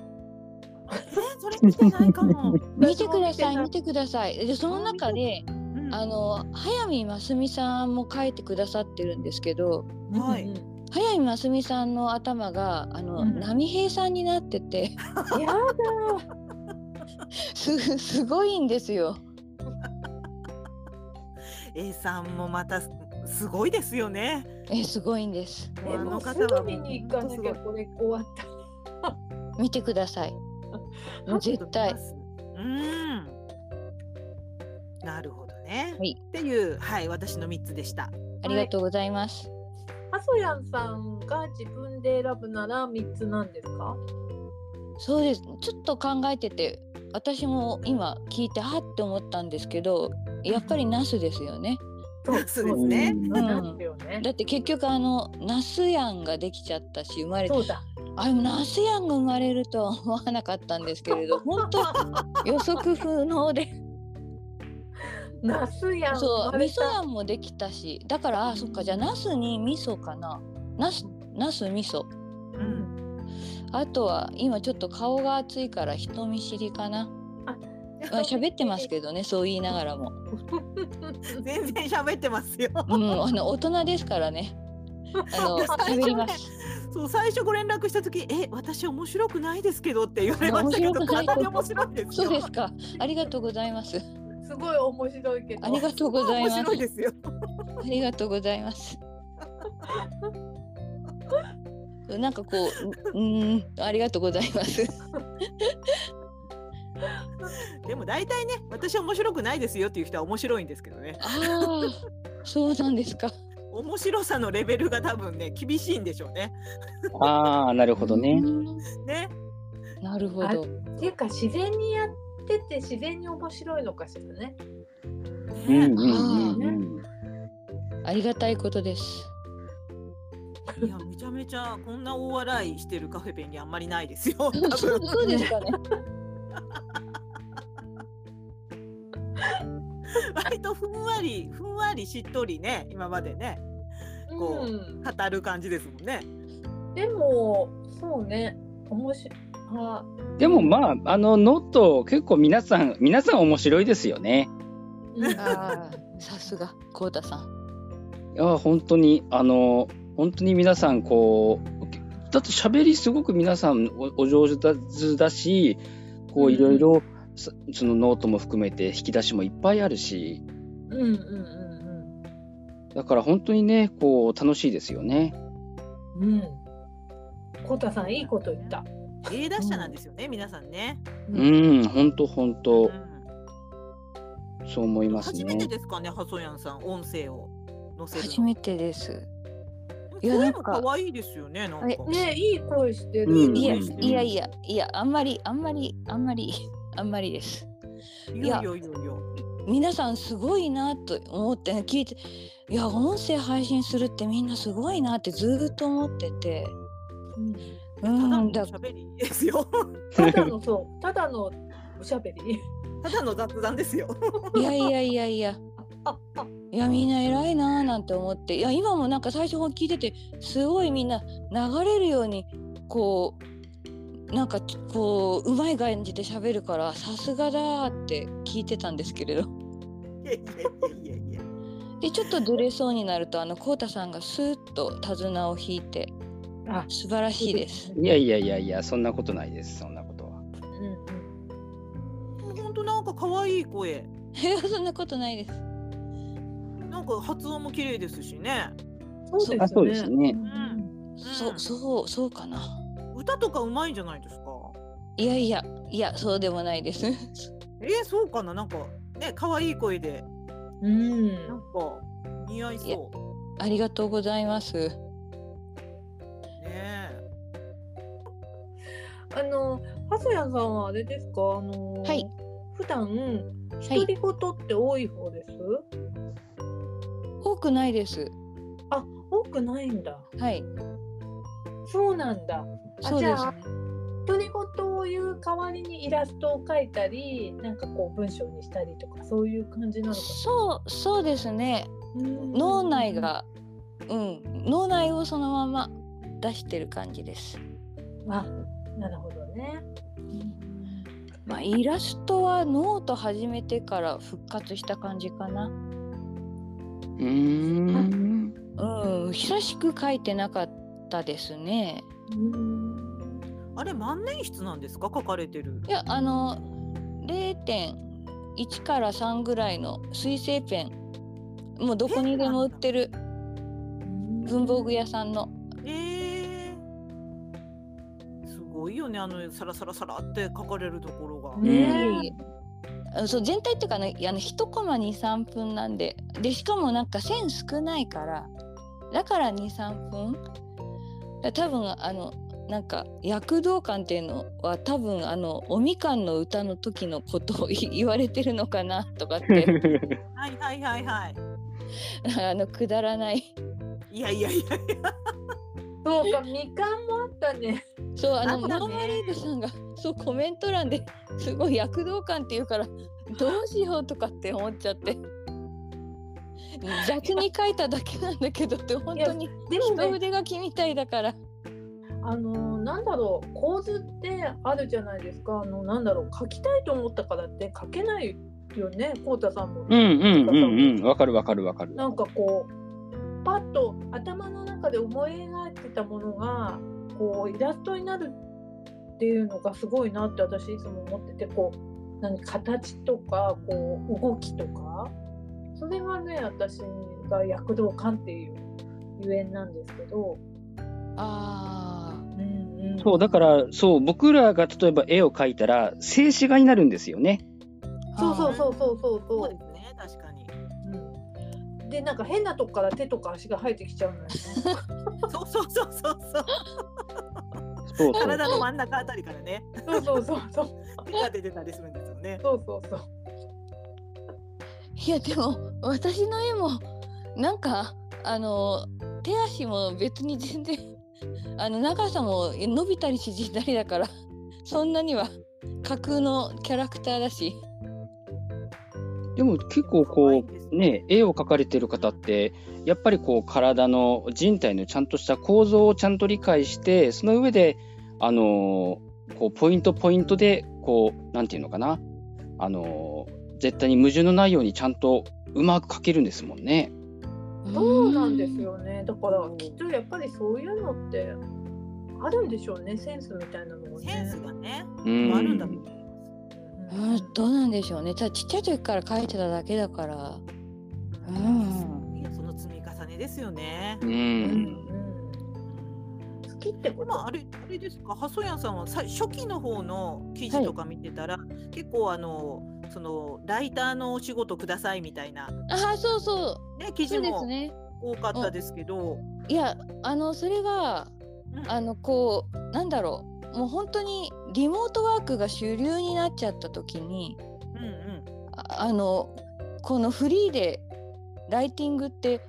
S3: えーそれ見てないかも。
S4: 見てください見
S1: 見
S4: てください。でその中で
S3: うん
S4: あの早見ますみさんも描いてくださってるんですけど。
S3: はい
S1: うんうん
S4: 早見ますみさんの頭があの、
S3: うん
S4: 波平さんになってて
S1: やだ
S4: す すごいんですよ。
S3: A さんもまたすすごいですよね。
S4: えすごいんです。
S1: え
S3: あ
S1: も
S3: の
S1: うす
S3: 方は
S1: ぐ
S3: もう
S1: 見に行かなきゃ
S3: 本
S1: これ終わった。
S4: 見てくだ さい。もう絶対。
S3: うん。なるほどね。
S4: はい
S3: っていうはい私の三つでした。
S4: ありがとうございます。
S1: ハソヤンさんが自分で選ぶなら三つなんですか？
S4: そうです。ちょっと考えてて、私も今聞いてはって思ったんですけど、やっぱりナスですよね。
S3: そうそうですね。
S1: そう
S4: うん
S1: なんですよね。
S4: だって結局あのナスヤンができちゃったし生まれて
S1: そうだ。
S4: あでもナスヤンが生まれるとは思わなかったんですけ れど本当予測不能で
S1: ナスヤン。
S4: そう味
S1: 割れ
S4: 噌
S1: た
S4: あんもできたしだからあそっかじゃあナスに味噌かなナスナス味噌
S3: うん。
S4: あとは今ちょっと顔が熱いから人見知りかな まあ喋ってますけどねそう言いながらも、
S3: 全然喋ってますよ。
S4: うん、あの大人ですから ねあの喋ります
S3: そう最初ご連絡した時え私面白くないですけどって言われましたけど
S4: 面白くない
S3: 勝手に面白いですよ。
S4: そうですかありがとうございます
S1: すごい面白いけど。
S4: ありがとうござい
S3: 面
S4: ま
S3: 白
S4: す
S3: いですよ。
S4: ありがとうございます。なんかこう、うーん、ありがとうございます。
S3: でも大体ね私面白くないですよっていう人は面白いんですけどね
S4: ああ、そうなんですか。
S3: 面白さのレベルが多分ね厳しいんでしょうね。
S2: ああ、なるほどね
S4: う。ん。
S3: ね。
S4: なるほど。
S1: っていうか自然にやってて自然に面白いのかしらね。
S2: うん
S3: ね
S2: うんうんうん。
S4: ありがたいことです。
S3: いやめちゃめちゃこんな大笑いしてるカフェペンギンあんまりないですよ。多
S4: そう
S3: 分
S4: そうですか ね。
S3: 割とふんわりふんわりしっとりね今までねこ
S1: うん。
S3: 語る感じですもんね。
S1: でもそうね。面白い。あ、
S2: でもまあ、あの、ノット、結構皆さん、皆さん面白いですよね。
S1: うん
S4: ああ、さすが、こうたさん。
S2: いや、本当に、あの、本当に皆さん、こう、だって喋りすごく皆さんおお上手だだし、こ
S1: う
S2: う、
S1: ん
S2: いろいろ、そそのノートも含めて引き出しもいっぱいあるし、
S1: うんうんうん
S2: だから本当にね、こう、楽しいですよね。
S1: うん。うん。コタさんいいこと言った。
S3: A ダッシャーなんですよね、皆さんね。
S2: うん、本当本当
S3: うん
S2: そう思います
S3: 初めて
S2: ね。
S3: ですかねハソヤンさん音声を載せる
S4: 初
S3: の。
S4: めてです。いやな
S3: 声
S4: ん
S3: も
S4: か
S3: 可愛いですよね。なんか。
S4: え
S1: ねいい声してる。
S2: うん
S4: いや
S2: うん
S4: いやいやいやあんまりあんまりあんまり あんまりです。
S3: いやいやいやいや。
S4: 皆さんすごいなと思って聞いていや音声配信するってみんなすごいなってずーっと思ってて
S1: うん
S3: ただの
S4: うんだ
S3: 喋りですよ。
S1: ただのそう、ただのおしゃべり。
S3: ただの雑談ですよ。
S4: いやいやいやいや
S1: あ、あ、
S4: いやみんな偉いなーなんて思っていや今もなんか最初聞いててすごいみんな流れるようにこうなんかこううまい感じで喋るからさすがだーって聞いてたんですけれど
S3: いやいやいやいやいや。
S4: でちょっとずれそうになるとあのこうたさんがスーッと手綱を引いて
S1: あ
S4: 素晴らしいです。
S2: いやいやいやいや、そんなことないです、そんなことは。
S1: うん、
S3: 本当なんか可愛い声。
S4: いや そんなことないです。
S3: なんか発音も綺麗ですしね。
S1: そうですね。
S2: あそうですね
S1: ん
S4: そううんそうそうかな。
S3: 歌とかうまいんじゃないですか。
S4: いやいやいやそうでもないです。
S3: えー、そうかな。なんかね可愛い声で
S1: うん。
S3: なんか似合いそう。
S4: ありがとうございます。
S3: ねえ。
S1: あの、はそやさんはあれですか、あの。
S4: はい。
S1: 普段、
S4: は
S1: 独
S4: い
S1: り言って多い方です。
S4: 多くないです。
S1: あ、多くないんだ。
S4: はい
S1: そうなんだ。あ
S4: そう
S1: じ
S4: で
S1: ゃ
S4: す
S1: あ
S4: ね。
S1: 独り言を言う代わりにイラストを描いたり、なんかこう文章にしたりとか、そういう感じなのかし
S4: そうそうですね。
S1: ら。
S4: 脳内。がうん脳内をそのまま出してる感じです。
S1: あ、なるほどね。
S4: まあイラストはノート始めてから復活した感じかな。
S2: うーん。
S4: うん、久しく書いてなかったですね。
S1: うん。
S3: あれ万年筆なんですか書かれてる。
S4: いや、あの、0.1から3ぐらいの水性ペン、もうどこにでも売ってる文房具屋さんの。
S3: えー、すごいよねあのサラサラサラって書かれるところが。
S1: ねえ
S4: うんそう全体っていうかねあの1コマ23分なんででしかもなんか線少ないからだから23分だ多分あのなんか躍動感っていうのは多分あのおみかんの歌の時のことをい 言われてるのかなとかって
S3: はいはいはいはい。
S4: あのくだらない
S3: いやいやいやいや。
S1: そうか、みかんもあったね。
S4: そうあの
S1: あったね
S4: マーマレードさんが そうコメント欄ですごい躍動感っていうから どうしようとかって思っちゃって雑に書いただけなんだけどって本当に
S1: でも
S4: 一
S1: ね、
S4: 筆書きみたいだから
S1: あのーなんだろう、構図ってあるじゃないですか。あの、なんだろう、書きたいと思ったからって書けないよね、こうたさんも。
S2: うんうんうんうん。わかるわかるわかる。
S1: なんかこう、パッと頭の中で思い描いてたものが、こう、イラストになるっていうのがすごいなって私いつも思ってて、こう、何形とか、こう、動きとか、それがね、私が躍動感っていうゆえんなんですけど、
S4: あー
S1: うんうん、
S2: そう、だから、そう、僕らが例えば絵を描いたら、静止画になるんですよね。
S1: そうそうそうそうそう
S3: そ
S1: そうう
S3: で。すね確かに。
S1: うん、でなんか変なとこから手とか足が生えてきちゃ うのよ、ね。
S3: そうそうそうそうそう。
S2: そうそう。
S3: 体の真ん中あたりからね
S1: そうそうそうそう
S3: 手が出てたりするんですよね。
S1: そうそうそう。
S4: いやでも私の絵もなんかあの手足も別に全然 あの長さも伸びたり縮んだりだからそんなには架空のキャラクターだし。
S2: でも結構
S3: 可愛い
S2: こ
S3: んです
S2: う、ね、絵を描かれてる方って、やっぱりこう、体の人体のちゃんとした構造をちゃんと理解して、その上で、あのーこう、ポイントポイントで、こう、なんていうのかな。あのー絶対に矛盾のないようにちゃんとうまく描けるんですもんね。
S1: そうなんですよね。だから
S3: うん
S1: きっとやっぱりそういうのってあるんでしょうね。センスみたいなのもね。
S3: センスがね、
S2: う
S3: あるんだ
S2: ん。
S3: みたいな。
S1: う
S4: うんん、どうなんでしょうね。ただちっちゃい時から書いてただけだから。うん。
S3: いやその積み重ねですよね。
S2: う
S1: うん
S2: ん。
S1: うん
S3: うん
S1: 好きってこ
S3: ま
S1: と。
S3: あ、あれあれですか、ハソヤンさんはさ初期の方の記事とか見てたら、結構あのそのライターのお仕事くださいみたいな、
S4: ああ、そうそ
S3: ね、記
S4: う。そ
S3: 事
S4: うです
S3: も
S4: ね。
S3: 多かったですけど、
S4: いやあのそれは
S3: うん
S4: あのこうなんだろうもう本当にリモートワークが主流になっちゃった時に
S3: うんうん
S4: ああのこのフリーでライティングって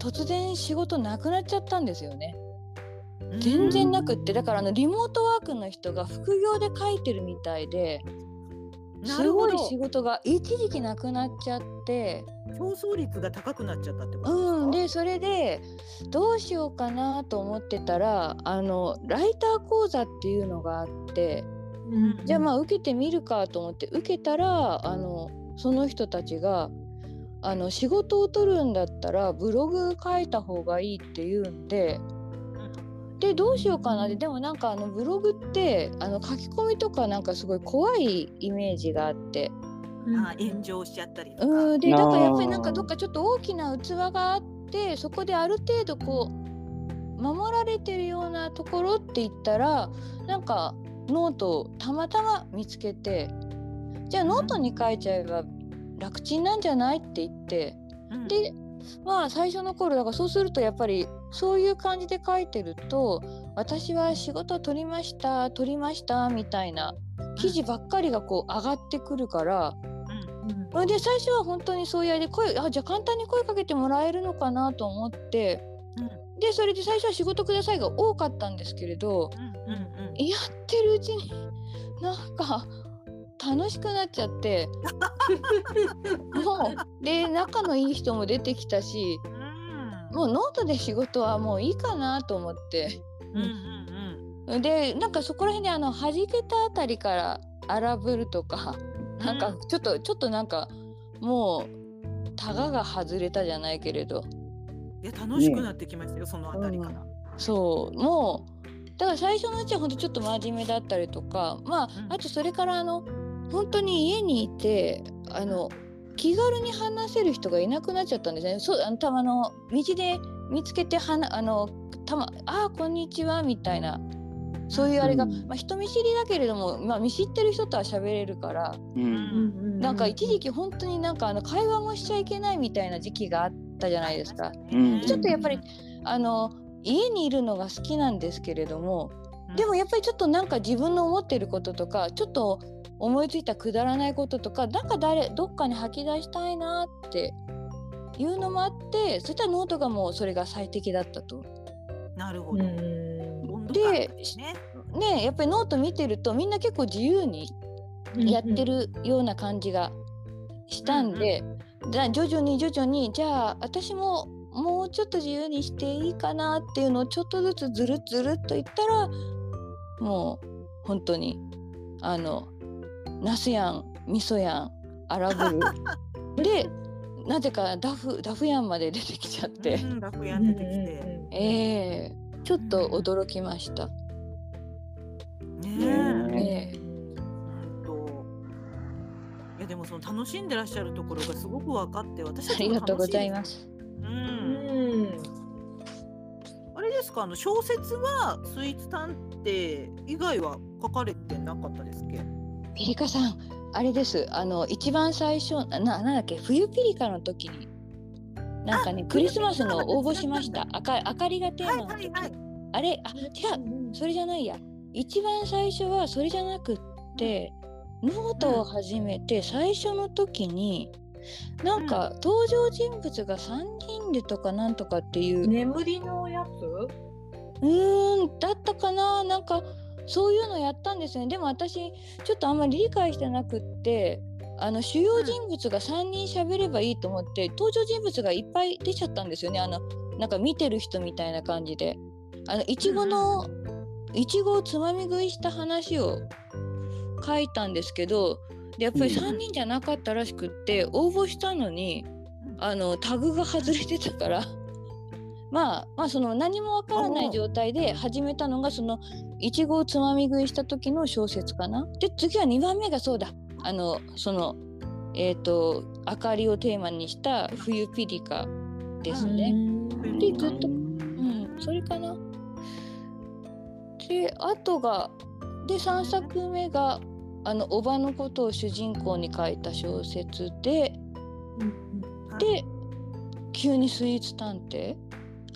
S4: 突然仕事なくなっちゃったんですよね全然なくってだからあのリモートワークの人が副業で書いてるみたいですごい仕
S3: 競
S4: 事が一時期なくなっちゃって
S3: 争率が高くなっちゃったってことですか、
S4: うん、でそれでどうしようかなと思ってたらあのライター講座っていうのがあって
S1: うん
S4: じゃあまあ受けてみるかと思って受けたらあのその人たちがあの仕事を取るんだったらブログ書いた方がいいって言うんで。でどうしようかなってでもなんかあのブログってあの書き込みとかなんかすごい怖いイメージがあって
S3: あー炎上しちゃったりとか、
S4: うん、で
S2: あ
S4: だ
S2: ー
S4: からやっぱりなんかどっかちょっと大きな器があってそこである程度こう守られてるようなところって言ったらなんかノートをたまたま見つけてじゃあノートに書いちゃえば楽ちんなんじゃないって言って
S3: うん
S4: でまあ最初の頃だからそうするとやっぱりそういう感じで書いてると「私は仕事を取りました取りました」みたいな記事ばっかりがこう上がってくるから。それで最初は本当にそうやで声あじゃあ簡単に声かけてもらえるのかなと思って、
S3: う
S4: でそれで最初は「仕事ください」が多かったんですけれど
S3: うんうんうん
S4: やってるうちになんか 楽しくなっちゃってもうで仲のいい人も出てきたしもうノートで仕事はもういいかなと思って
S3: うんうんうん
S4: でなんかそこら辺であの弾けたあたりから荒ぶるとか。
S3: うん
S4: なんかちょっとちょっとなんかもうタガが外れたじゃないけれど
S3: いや楽しくなってきましたよ、そのあたりから、
S4: そうもうだから最初のうちは本当ちょっと真面目だったりとかま
S3: うん
S4: ああとそれからあの本当に家にいてあの気軽に話せる人がいなくなっちゃったんですね。そうあのたまあの道で見つけてはなあのたまあーこんにちはみたいなそういうあれが、
S2: うん
S4: まあ、人見知りだけれども、まあ、見知ってる人とは喋れるから
S2: うん
S4: なんか一時期本当になんかあの会話もしちゃいけないみたいな時期があったじゃないですか。
S2: うんちょっ
S4: とやっぱりあの家にいるのが好きなんですけれどもでもやっぱりちょっとなんか自分の思ってることとかちょっと思いついたくだらないこととかなんか誰どっかに吐き出したいなっていうのもあってそしたらノートがもうそれが最適だったと。
S3: なる
S1: う
S3: ほ
S1: ん
S3: ど、
S1: う
S3: 温度感
S4: で
S3: ですね
S4: ねえやっぱりノート見てるとみんな結構自由に
S1: ん
S4: やってるような感じがしたんで、じゃあ徐々に徐々にじゃあ私ももうちょっと自由にしていいかなっていうのをちょっとずつずるっずるっといったらもう本当にあのナスやん味噌やんアラブ ルでなぜかダフダフやんまで出てきちゃって、
S3: うん、楽
S1: う
S3: 屋
S1: ん
S3: 出
S1: うん
S3: てき
S1: う
S3: て、
S1: ん
S4: ええちょっと驚きました。
S3: ねえ
S2: ね
S4: ええ
S3: うんといやでもその楽しんでらっしゃるところがすごく分かって私た
S4: あ
S3: ち
S4: り
S3: も
S4: がとうご
S3: 楽しい
S4: ざい
S3: です
S4: ます。
S3: う
S1: うんん
S3: あれですかあの小説はスイーツ探偵以外は書かれてなかったですっけ
S4: ピリカさん、あれです。あの一番最初なななんだっけ、冬ピリカの時に。なんかね、クリスマスの応募しました。あか、あかりがテーマの時。
S3: はい
S4: あれ、あ、違う、それじゃないや。一番最初はそれじゃなくって。ノートを始めて、最初の時に。なんか登場人物が3人でとかなんとかっていう、
S1: 眠りのやつ
S4: うーんだったかななんかそういうのやったんですよねでも私ちょっとあんまり理解してなくってあの主要人物が3人喋ればいいと思って、登場人物がいっぱい出ちゃったんですよねあのなんか見てる人みたいな感じであのいちごのいちごをつまみ食いした話を書いたんですけどでやっぱ
S2: う
S4: り
S2: ん
S4: 3人じゃなかったらしくって応募したのにあのタグが外れてたから。まあ、まあその何もわからない状態で始めたのがそのいちごをつまみ食いした時の小説かな。で次は2番目がそうだあのそのえっ、と明かりをテーマにした「冬ピリカ」ですね。
S1: うん
S4: でずっとうん、それかな。であとがで3作目があのおばのことを主人公に書いた小説で。
S1: うん
S4: で急にスイーツ探偵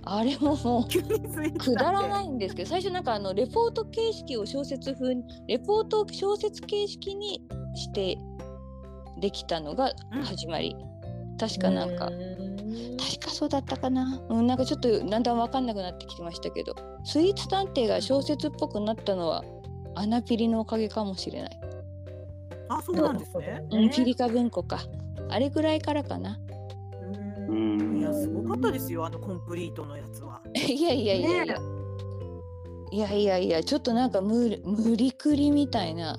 S4: あれももう
S3: 急にスイーツ
S4: くだらないいんですけど最初なんかあのレポート形式を小説風にレポートを小説形式にしてできたのが始まり、確かなんか、確かそうだったかな、うん、なんかちょっとだんだん分かんなくなってきてましたけどスイーツ探偵が小説っぽくなったのはアナピリのおかげかもしれない、
S3: あそうなんですね
S4: うん、ピリカ文庫かあれぐらいからかな
S2: う
S3: うん
S2: ん
S3: いやすごかったですよあのコンプリートのやつはい
S4: やいやいやいや、いやいやいやちょっとなんか無無理くりみたいな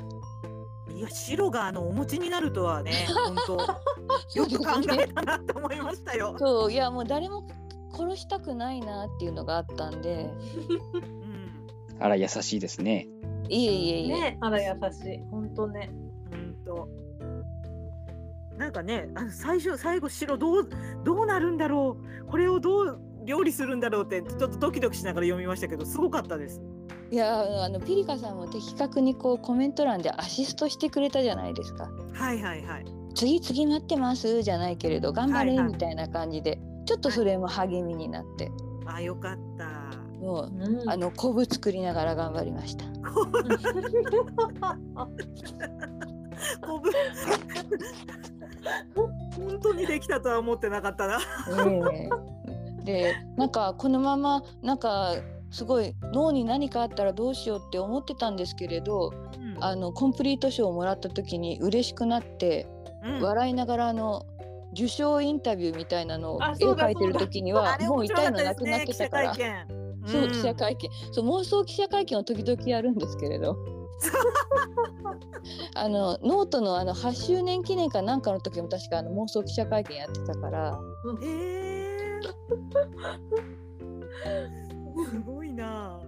S4: い
S3: や白があのお餅になるとはね本当よく考えたなと思いましたよ、
S4: そういやもう誰も殺したくないなっていうのがあったんで
S3: うん、
S2: あら、優しいですね。
S4: いえいえいえ、
S1: ねあら優しい本当ね
S3: うんとなんかねあの最初最後白どうどうなるんだろうこれをどう料理するんだろうってちょっとドキドキしながら読みましたけどすごかったです
S4: いやあのピリカさんも的確にこうコメント欄でアシストしてくれたじゃないですか
S3: はいはいはい
S4: 次次待ってますじゃないけれど頑張
S3: はい
S4: れ
S3: はい
S4: みたいな感じで、ちょっとそれも励みになって
S3: あよかった
S4: もう
S1: うん
S4: あの昆布作りながら頑張り ました
S3: こ ぶ本当にできたとは思ってなかったな
S4: ええでなんかこのままなんかすごい脳に何かあったらどうしようって思ってたんですけれどあのコンプリート賞をもらった時に嬉しくなって
S3: うん
S4: 笑いながらあの受賞インタビューみたいなのを
S1: あ
S4: 絵
S1: そうだ
S4: 描いてる時には
S3: あれ
S4: もう
S3: 面白
S4: 痛
S3: か
S4: い
S3: った
S4: のな
S3: です
S4: くなっ
S3: ね
S4: て
S3: 記者
S4: たか
S3: 会
S4: ら。
S3: 見
S4: そう記者
S3: 会
S4: 会見、そう妄想記者会見を時々やるんですけれどあのノートのあの8周年記念かなんかの時も確かあの妄想記者会見やってたから
S3: えー、 すごいな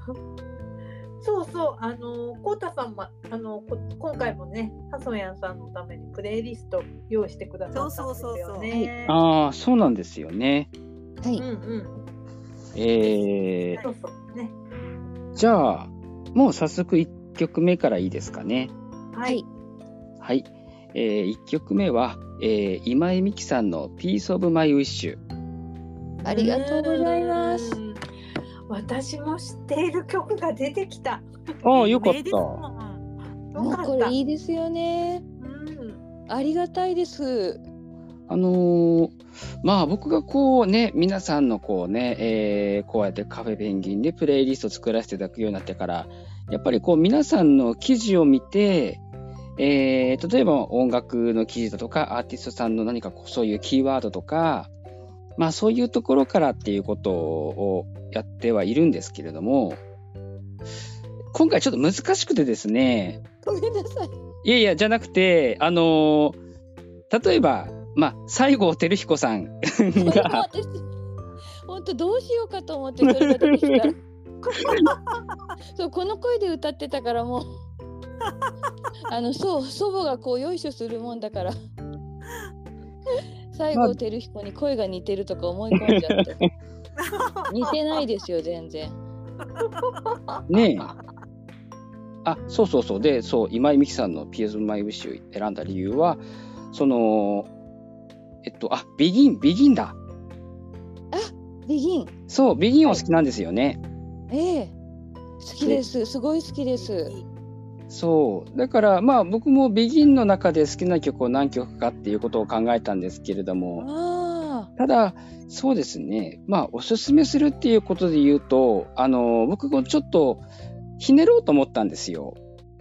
S1: そうそう、あのー、こうたさんも、あのー、こ今回もね、ハソヤンさんのためにプレイリスト用意してくださったんですよね。
S2: ああ、そうなんですよね。
S4: はい、
S1: うんうん、
S2: えー、
S1: そうそうね。
S2: じゃあ、もう早速1曲目からいいですかね。
S1: は
S4: はい
S1: い、
S2: はい。え1曲目は、えー今井美樹さんの Piece of My Wish。
S4: ありがとうございます
S1: うん。私も知っている曲が出てきた。
S2: ああ、よかっ
S3: 有名です
S2: た。
S3: もん
S1: よ
S4: もう
S1: か
S4: こ
S1: った。
S4: れいいですよね
S1: うん、
S4: ありがたいです
S2: あのーまあ僕がこうね、皆さんのこうね、えーこうやってカフェペンギンでプレイリスト作らせていただくようになってから、やっぱりこう皆さんの記事を見て、えー例えば音楽の記事だとか、アーティストさんの何かこうそういうキーワードとか、まあそういうところからっていうことをやってはいるんですけれども、今回ちょっと難しくてですね、
S4: ごめんなさい
S2: いやいや、じゃなくて、あのー例えば、まあ、西郷輝彦さん
S4: これも
S2: が、
S4: 私 本当どうしようかと思ってそれが出て きたらそうこの声で歌ってたからもうあのそう祖母がこうよいしょするもんだから西
S2: まあ
S4: 郷輝彦に声が似てるとか思い込んじゃって似てないですよ全然
S2: ねえ。あ、そうそうそう。で、そう、今井美樹さんの PS マイウィッシュを選んだ理由は、その、えっと、あ、ビギン、ビギンだ。
S4: ビギン
S2: そう、ビギンお好きなんですよね。
S4: ええ好きですすごい好きです
S2: そう。だから、まあ、僕もビギンの中で好きな曲を何曲かっていうことを考えたんですけれども、
S4: あ
S2: ただ、そうですね、まあ、おすすめするっていうことで言うと、あの僕もちょっとひねろうと思ったんですよ。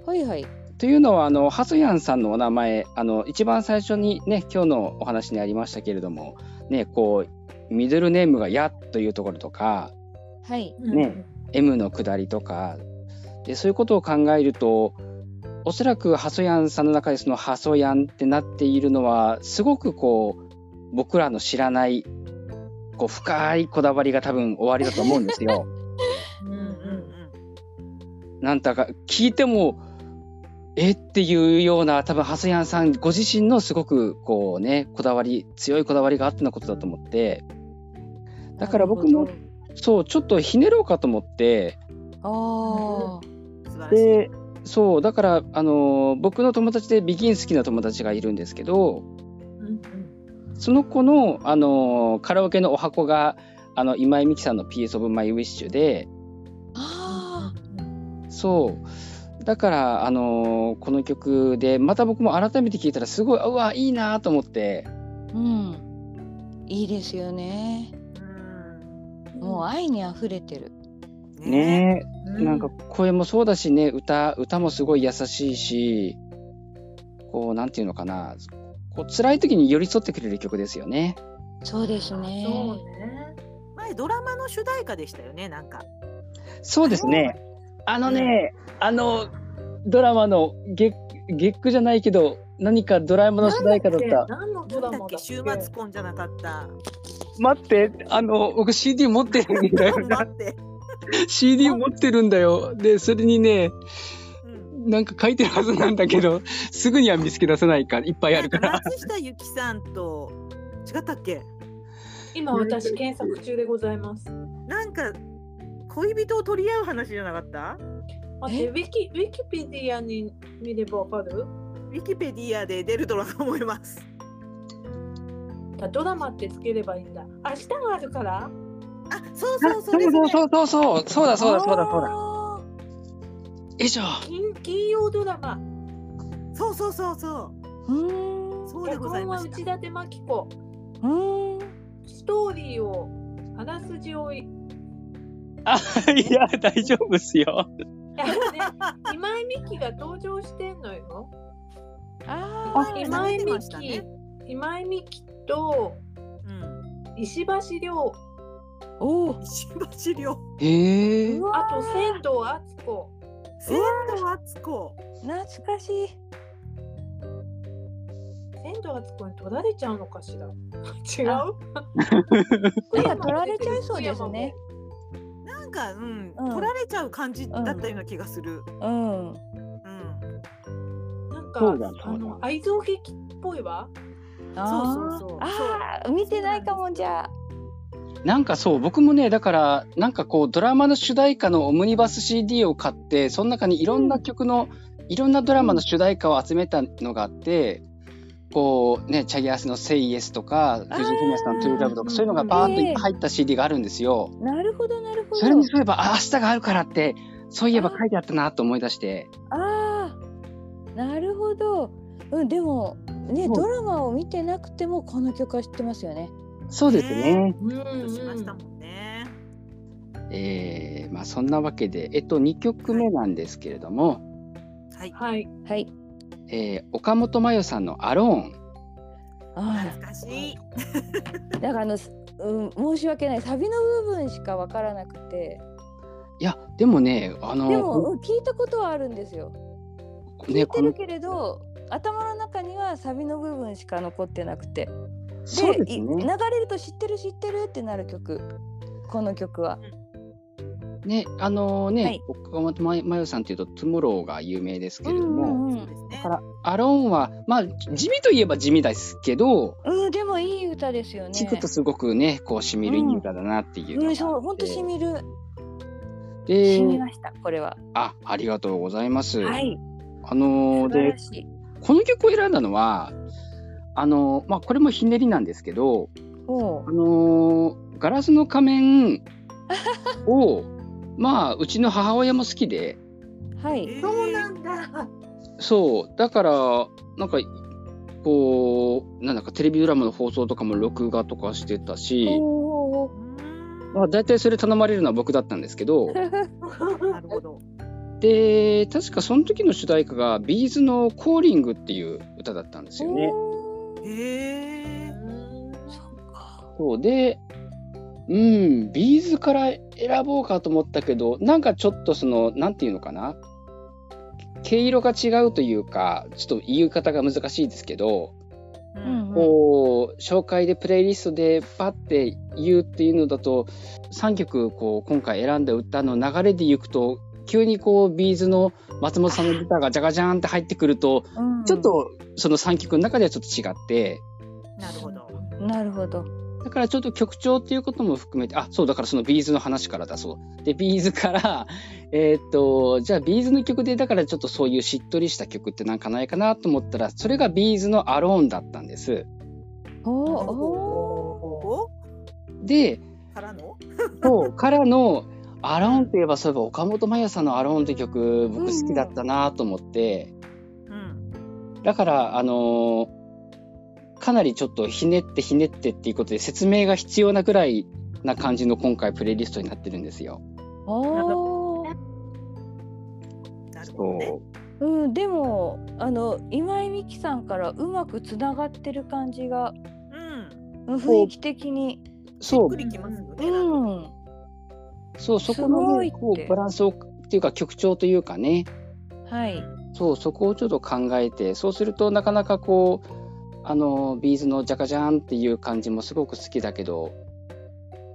S4: あはいはい
S2: というのは、あのハソヤンさんのお名前、あの一番最初にね、今日のお話にありましたけれども、ね、こう、ミドルネームがやというところとか、
S4: はい
S2: ね M の下りとかでそういうことを考えるとおそらくハソヤンさんの中でそのハソヤンってなっているのはすごくこう僕らの知らないこう深いこだわりが多分終わりだと思うんです よ。
S1: うん、う
S3: うんうん
S1: ん、
S2: なんだか聞いてもえっていうような多分ハソヤンさんご自身のすごくこうねこだわり強いこだわりがあってのことだと思ってだから僕も
S4: なる
S2: そうちょっとひねろうかと思って
S4: ほどああ
S3: うん素晴らしい
S2: でそうだから、あのー僕の友達でビギン好きな友達がいるんですけど
S1: うん、
S2: その子の、あのーカラオケのお箱が、あの、今井美樹さんの PS of My Wish で、
S4: あ
S2: そう。だから、あのーこの曲で、また僕も改めて聴いたら、すごい、うわ、いいなと思って、
S4: あ、うん。いいですよね。
S3: うん
S4: もう愛に溢れてる。
S3: ね
S2: ねえ、なんか声もそうだしね、歌、歌もすごい優しいし、こう、なんていうのかな、こう辛い時に寄り添ってくれる曲ですよね。
S4: そうですね。
S1: そうね。
S3: 前ドラマの主題歌でしたよねなんか
S2: そうですね。あのね、あのドラマの月月9じゃないけど、何かドラマの主題歌だった。
S1: 何の
S3: な
S1: ド
S3: んだ
S1: ラマ
S3: っ
S1: だっ
S3: け
S1: け
S3: 週末婚じゃなかった
S2: 待って、あの僕 CD 持ってるんだ よ。
S3: 待って、
S2: CD 持ってるんだよ。で、それにね、
S3: うん、
S2: なんか書いてるはずなんだけど、すぐには見つけ出せないから、いっぱいあるから。
S3: 松下由紀さんと違ったっけ
S1: 今私検索中でございます。
S3: なんか恋人を取り合う話じゃなかった
S1: 待ってウィキウィキペディアに見ればわかる？
S3: ウィキペディアで出ると思います
S1: あドラマってつければいいんだ。明日があるから。
S3: あそう
S2: そ
S3: そううそうです
S2: そう
S3: ね
S2: そうそうそうそうだそうだそうだそうだ。よ
S1: だ。
S2: いしょ。
S1: 金金曜ドラマ。
S3: そうそうそうそう
S4: うーん。
S3: そうで
S1: 脚
S3: ござい
S1: 本
S3: ま
S1: は
S3: した
S1: 内館真紀子。
S4: うーん。
S1: ストーリーをあらすじをい。
S2: あ いや大丈夫っすよ。
S1: いやね、今井美樹が登場してんのよ。
S4: あー
S1: 今井
S3: 出て
S1: 美
S3: ました
S1: 樹
S3: ね、
S1: 今井美樹と
S3: うん
S1: 石橋亮、
S4: おー
S3: 石橋亮
S2: へえ
S4: う。わ
S1: あ
S4: ー
S1: と仙道敦子。
S3: 千と敦子
S4: 懐かしい。
S1: 仙道敦子に取られちゃうのかしら。 違う？
S4: いや取られちゃいそうですね。
S3: なんかうん、
S4: うん
S3: 取られちゃう感じだったような気がする
S4: うん。
S3: うん、
S1: なんか
S2: そうだそうだ
S1: あの愛憎劇っぽいわ。
S3: そうそうそう
S4: あーあー、見てないかもじゃあ。
S2: なんかそう僕もねだからなんかこうドラマの主題歌のオムニバス CD を買ってその中にいろんな曲の、いろんなドラマの主題歌を集めたのがあって。こうね、チャギアスの「セイエスとか藤井フミヤさんの「トゥーラブとかそういうのがバーッと入った CD があるんですよ。
S4: なるほどなるほど。
S2: それにそういえばあ明日があるからってそういえば書いてあったなと思い出して
S4: ああ、なるほど。うん、でもね、
S2: そう
S4: ドラマを見てなくてもこの曲は知ってますよね。
S2: そうですね。
S1: うん
S3: うん、しましたもんね。
S2: えーまあそんなわけで、えっと、2曲目なんですけれども、
S3: はい。
S1: はい。
S4: はい。
S2: えー岡本真代さんの「アローン
S4: あ
S3: 懐かしい。
S4: あ、だからあの、すうん、申し訳ない。サビの部分しかわからなくて、」
S2: いやでもねあの
S4: でも、うん、聞いたことはあるんですよ。
S2: こ
S4: 聞
S2: ね
S4: いて
S2: こ
S4: る
S2: の
S4: けれど、頭の中にはサビの部分しか残ってなくて、
S2: そうで
S4: い
S2: す
S4: 流
S2: ね
S4: れると知ってる知ってるってなる曲。この曲は。
S2: ねあのね、
S4: はい
S2: 岡本真代さんというと「トゥモロー」が有名ですけれども、
S4: うん
S3: そうです
S2: だ
S3: ね
S2: か。ら「アローンは」まあ地味といえば地味ですけど、
S4: うん、でもいい歌ですよね。
S2: 聞くとすごくねこうしみるいい歌だなっていうのがあっ
S4: うん、
S2: て
S4: そう、本当しみる、
S2: で
S4: しみました。これは。
S2: あありがとうございます。
S4: はい。
S2: あの
S4: 素
S2: ー
S4: 晴
S2: で
S4: らしい。
S2: この曲を選んだのはあの、まあ、これもひねりなんですけど
S4: おう
S2: あのーガラスの仮面 をまあうちの母親も好きで
S4: はい。
S1: そうなんだ。
S2: そうだからなんかこうなんだかテレビドラマの放送とかも録画とかしてたし、
S4: おお。
S2: まあ、大体それ頼まれるのは僕だったんですけど
S3: うんなるほど。
S2: で確かその時の主題歌がビーズの「コーリング」っていう歌だったんですよね。
S3: へえ。
S2: そうで、うん、ビーズから選ぼうかと思ったけど、なんかちょっとその、なんていうのかな、毛色が違うというか、ちょっと言い方が難しいですけど、
S3: う。
S4: うんんうん。
S2: こう、紹介でプレイリストでパッて言うっていうのだと、3曲こう今回選んだ歌の流れでいくと、急にこうビーズの松本さんのギターがジャガジャーンって入ってくると、
S4: うん
S2: ちょっ。とその3曲の中ではちょっと違って、
S3: なるほど。
S4: なるほど。
S2: だからちょっと曲調っていうことも含めて、あ、そう、だからそのビーズの話からだそう。で、ビーズから、 えーっと、じゃあビーズの曲で、だからちょっとそういうしっとりした曲ってなんかないかなと思ったら、それがビーズのアローンだったんです。
S4: あおーおー
S3: お
S2: で、
S3: ーからの
S2: そうからのアローンといえばそういえば岡本真也さんのアローンって曲僕好きだったなと思って、
S3: うん
S2: だからあのーかなりちょっとひねってひねってっていうことで説明が必要なくらいな感じの今回プレイリストになってるんですよ。
S4: おー
S3: なるほどね
S2: そ
S4: うん、でもあの今井美樹さんからうまくつながってる感じが
S3: うん
S4: うん雰囲気的に、
S2: うそう
S3: ゆっくりきますよねなんか
S4: うん、
S2: そうそこのね
S4: すごい
S2: こ
S4: って
S2: うバランスをっていうか曲調というかね
S4: はい、
S2: そうそこをちょっと考えてそうするとなかなかこうあのビーズのジャカジャーンっていう感じもすごく好きだけど、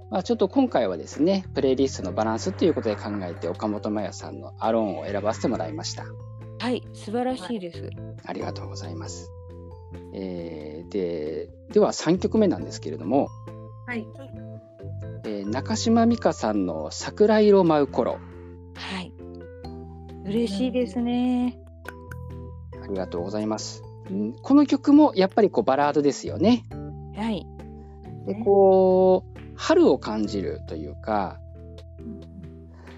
S2: まあ、ちょっと今回はですねプレイリストのバランスっていうことで考えて岡本真也さんの「アローン」を選ばせてもらいました。
S4: はい、素晴らしいです。
S2: ありがとうございます。えーででは3曲目なんですけれども、
S1: はい。
S2: えー中島美嘉さんの「桜色舞う頃
S4: はい、嬉しいですね。」
S2: ありがとうございます。んこの曲もやっぱりこうバラードですよね。
S4: はい、
S2: で
S3: ね
S2: こう春を感じるというか、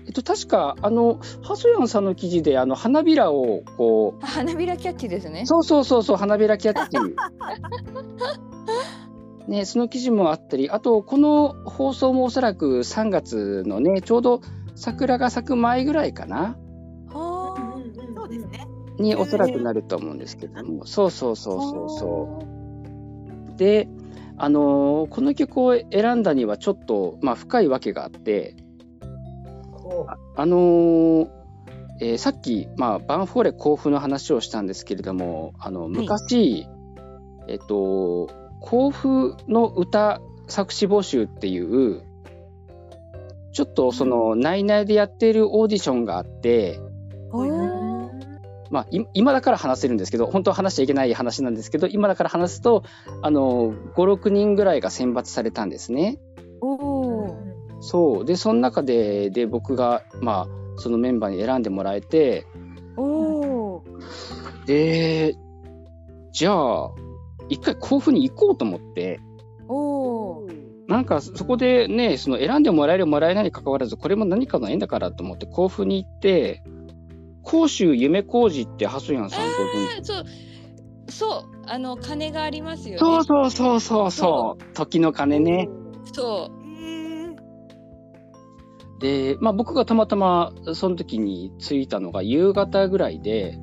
S2: えっと、確かあのハソヤンさんの記事であの花びらをこ
S4: あ花びらキャッチですね
S2: う。そうそうそうそう花びらキャッチ。ね、その記事もあったりあとこの放送もおそらく3月のねちょうど桜が咲く前ぐらいかな
S4: はあ
S3: そうです。ね
S2: におそらくなると思うんですけどもそうそうそうそうそう。
S4: う。
S2: で、あのーこの曲を選んだにはちょっと、まあ、深いわけがあって、ああのーえーさっき、まあ、バンフォーレ甲府の話をしたんですけれどもあの昔、えっと、甲府の歌作詞募集っていうちょっとその内々でやっているオーディションがあって、
S4: おー
S2: まあ、い今だから話せるんですけど本当は話しちゃいけない話なんですけど今だから話すとあの56人ぐらいが選抜されたんですね。
S4: おー。
S2: そうでその中でで僕が、まあ、そのメンバーに選んでもらえて
S4: おー。
S2: でじゃあ一回甲府に行こうと思って
S4: おー。
S2: なんかそこでねその選んでもらえるもらえないに関わらずこれも何かの縁だからと思って甲府に行って甲州夢工事ってハソヤンさんご存知
S4: あそう。そう、あの鐘がありますよね。
S2: そうそうそうそうそ
S4: そう
S2: 時の鐘ね。
S4: そ
S3: えー
S2: で、まあ、僕がたまたまその時に着いたのが夕方ぐらいで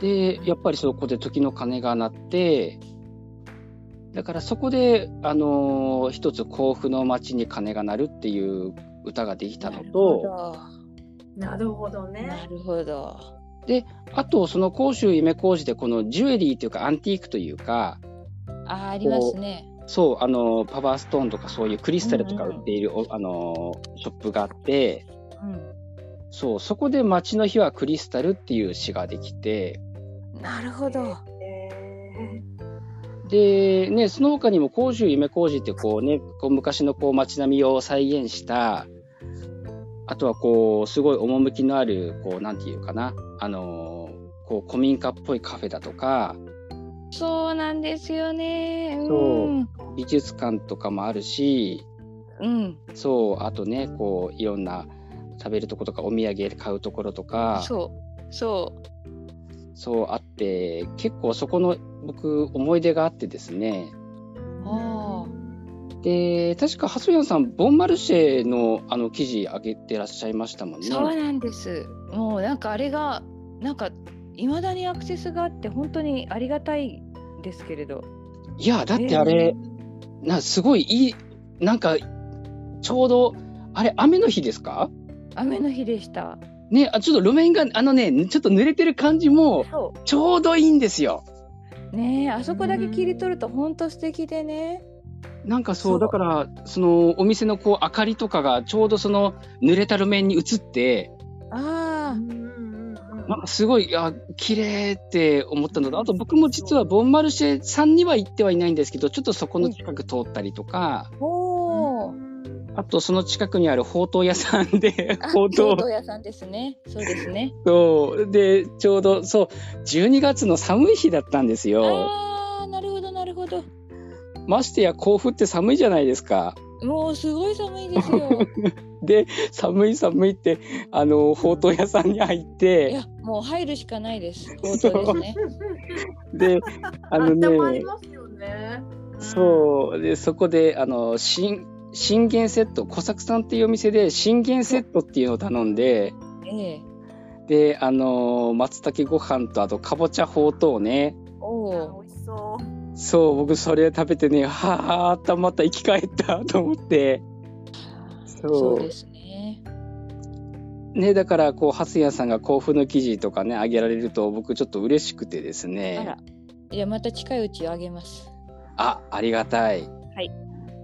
S2: でやっぱりそこで時の鐘が鳴ってだからそこで、あのー一つ甲府の街に鐘が鳴るっていう歌ができ
S4: う。
S2: たの
S4: なる
S2: と
S4: ほ
S1: なるほど
S4: ど。
S1: ね
S4: な。るほど。
S2: あとその甲州夢工事でこのジュエリーというかアンティークというか
S4: あ、ありますね。
S2: そうあのーパワーストーンとかそういうクリスタルとか売っている、おあのーショップがあって。
S4: う
S2: そう、そこで街の日はクリスタルっていう詩ができて、
S4: ん。なるほど。
S1: え
S2: で、ね、その他にも甲州夢工事ってこうね、こう昔のこう街並みを再現した、あとはこう、すごい趣のある、こう、なんていうかな、あのーこう古民家っぽいカフェだとか
S4: そうなんですよね。う。
S2: そうん美術館とかもあるし
S4: うん。
S2: そうあとねこういろんな食べるとことかお土産買うところとか
S4: そう。そう。
S2: そうあって結構そこの僕思い出があってですね
S4: あ
S2: で確かハソヤンさんボンマルシェのあの記事上げてらっしゃいましたもん
S4: あ。
S2: ね。
S4: そうなんです。もうなんかあれが、なんか。いまだにアクセスがあって、本当にありがたいですけれど。
S2: いやだってあれ、なすごいいいなんかちょうどあれ雨の日ですか
S4: 雨の日でした。
S2: ねあちょっと路面があのねちょっと濡れてる感じも
S4: そ
S2: ちょうどいいんですよ。
S4: う。ねえ、あそこだけ切り取ると、本当素敵でね。
S2: なんかそう
S4: そう
S2: だからそのお店のこう明かりとかがちょうどその濡れた路面に映って
S4: ああ。
S2: なんかすごいあ綺麗って思ったのとあと僕も実はボンマルシェさんには行ってはいないんですけどちょっとそこの近く通ったりとか。
S4: おお。
S2: あとその近くにあるほうとう屋さんで
S4: あ
S2: ほうと
S4: 京
S2: う
S4: 都屋さんですね。そうですね。
S2: そうでちょうどそう12月の寒い日だったんですよ。
S4: ああ、なるほど、なるほど。
S2: ましてや甲府って寒いじゃないですか。
S4: もうすごい寒いですよ。
S2: で寒い寒いってあのほうとう屋さんに入っ
S4: い
S2: て
S4: や、もう入るしかないです。本当ですね。
S2: であの
S1: たまり
S2: ね
S1: ますよね。
S2: そうでそこであの新信玄セット小作さんっていうお店で信玄セットっていうのを頼んで
S4: ええ。
S2: であの松茸ご飯とあとかぼちゃほうとうね
S4: お
S3: うん。
S4: お。
S3: 美味しそう。
S2: そう僕それ食べてねはあたまた生き返ったと思ってそう
S4: そうですね。
S2: ねだからこうハスヤさんが甲府の記事とかねあげられると僕ちょっと嬉しくてです
S4: あ
S2: ね
S4: ら。いや、また近いうちあげます。
S2: あありがたい。
S4: はい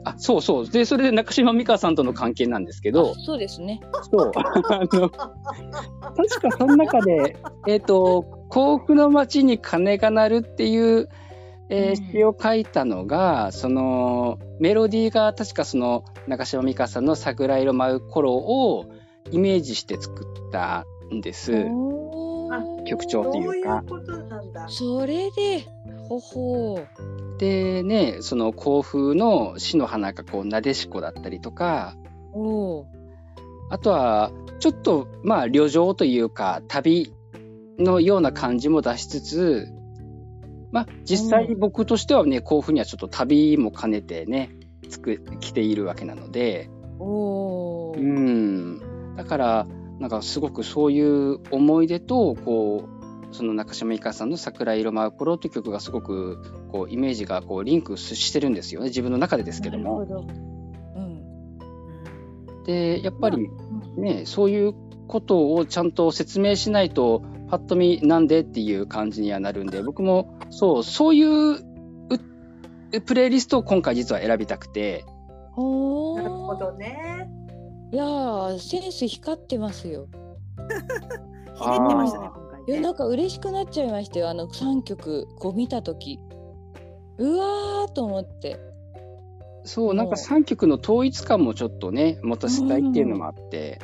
S2: あそうそうでそれで中島美嘉さんとの関係なんですけど
S4: あそうですね。
S2: そう あの確かその中 でえっ、と甲府の街に鐘が鳴るっていう、えー
S4: うん
S2: 詩を書いたのが、そのメロディーが確かその中島美嘉さんの桜色舞う頃をイメージして作ったんです。
S4: おー
S2: 局長って
S1: ど
S2: いうう
S1: い
S2: か
S1: うことなんだ。
S4: それで、ほほう。
S2: でねその甲府の市の花がこうなでしこだったりとか
S4: おお。
S2: あとはちょっとまあ旅情というか旅のような感じも出しつつ、まあ、実際に僕としてはね、甲府にはちょっと旅も兼ねてねつく来ているわけなので
S4: おお
S2: う。んだからなんかすごくそういう思い出とこうその中島美嘉さんの「桜色舞う頃」っていう曲がすごくこうイメージがこうリンクしてるんですよね自分の中でですけども。
S4: ど。うん。
S2: でやっぱり、
S4: うん
S2: ね、そういうことをちゃんと説明しないとパッと見なんでっていう感じにはなるんで僕もそうそういううプレイリストを今回実は選びたくて
S4: おお。
S1: なるほどね。
S4: いやー、センス光ってますよ。
S3: ひねってましたね今回
S4: いや、
S3: ね。
S4: なんか嬉しくなっちゃいましたよ。あの三曲、こう見た時。うわーと思って。
S2: そう
S4: お
S2: なんか3曲の統一感もちょっとね持たせたいっていうのもあって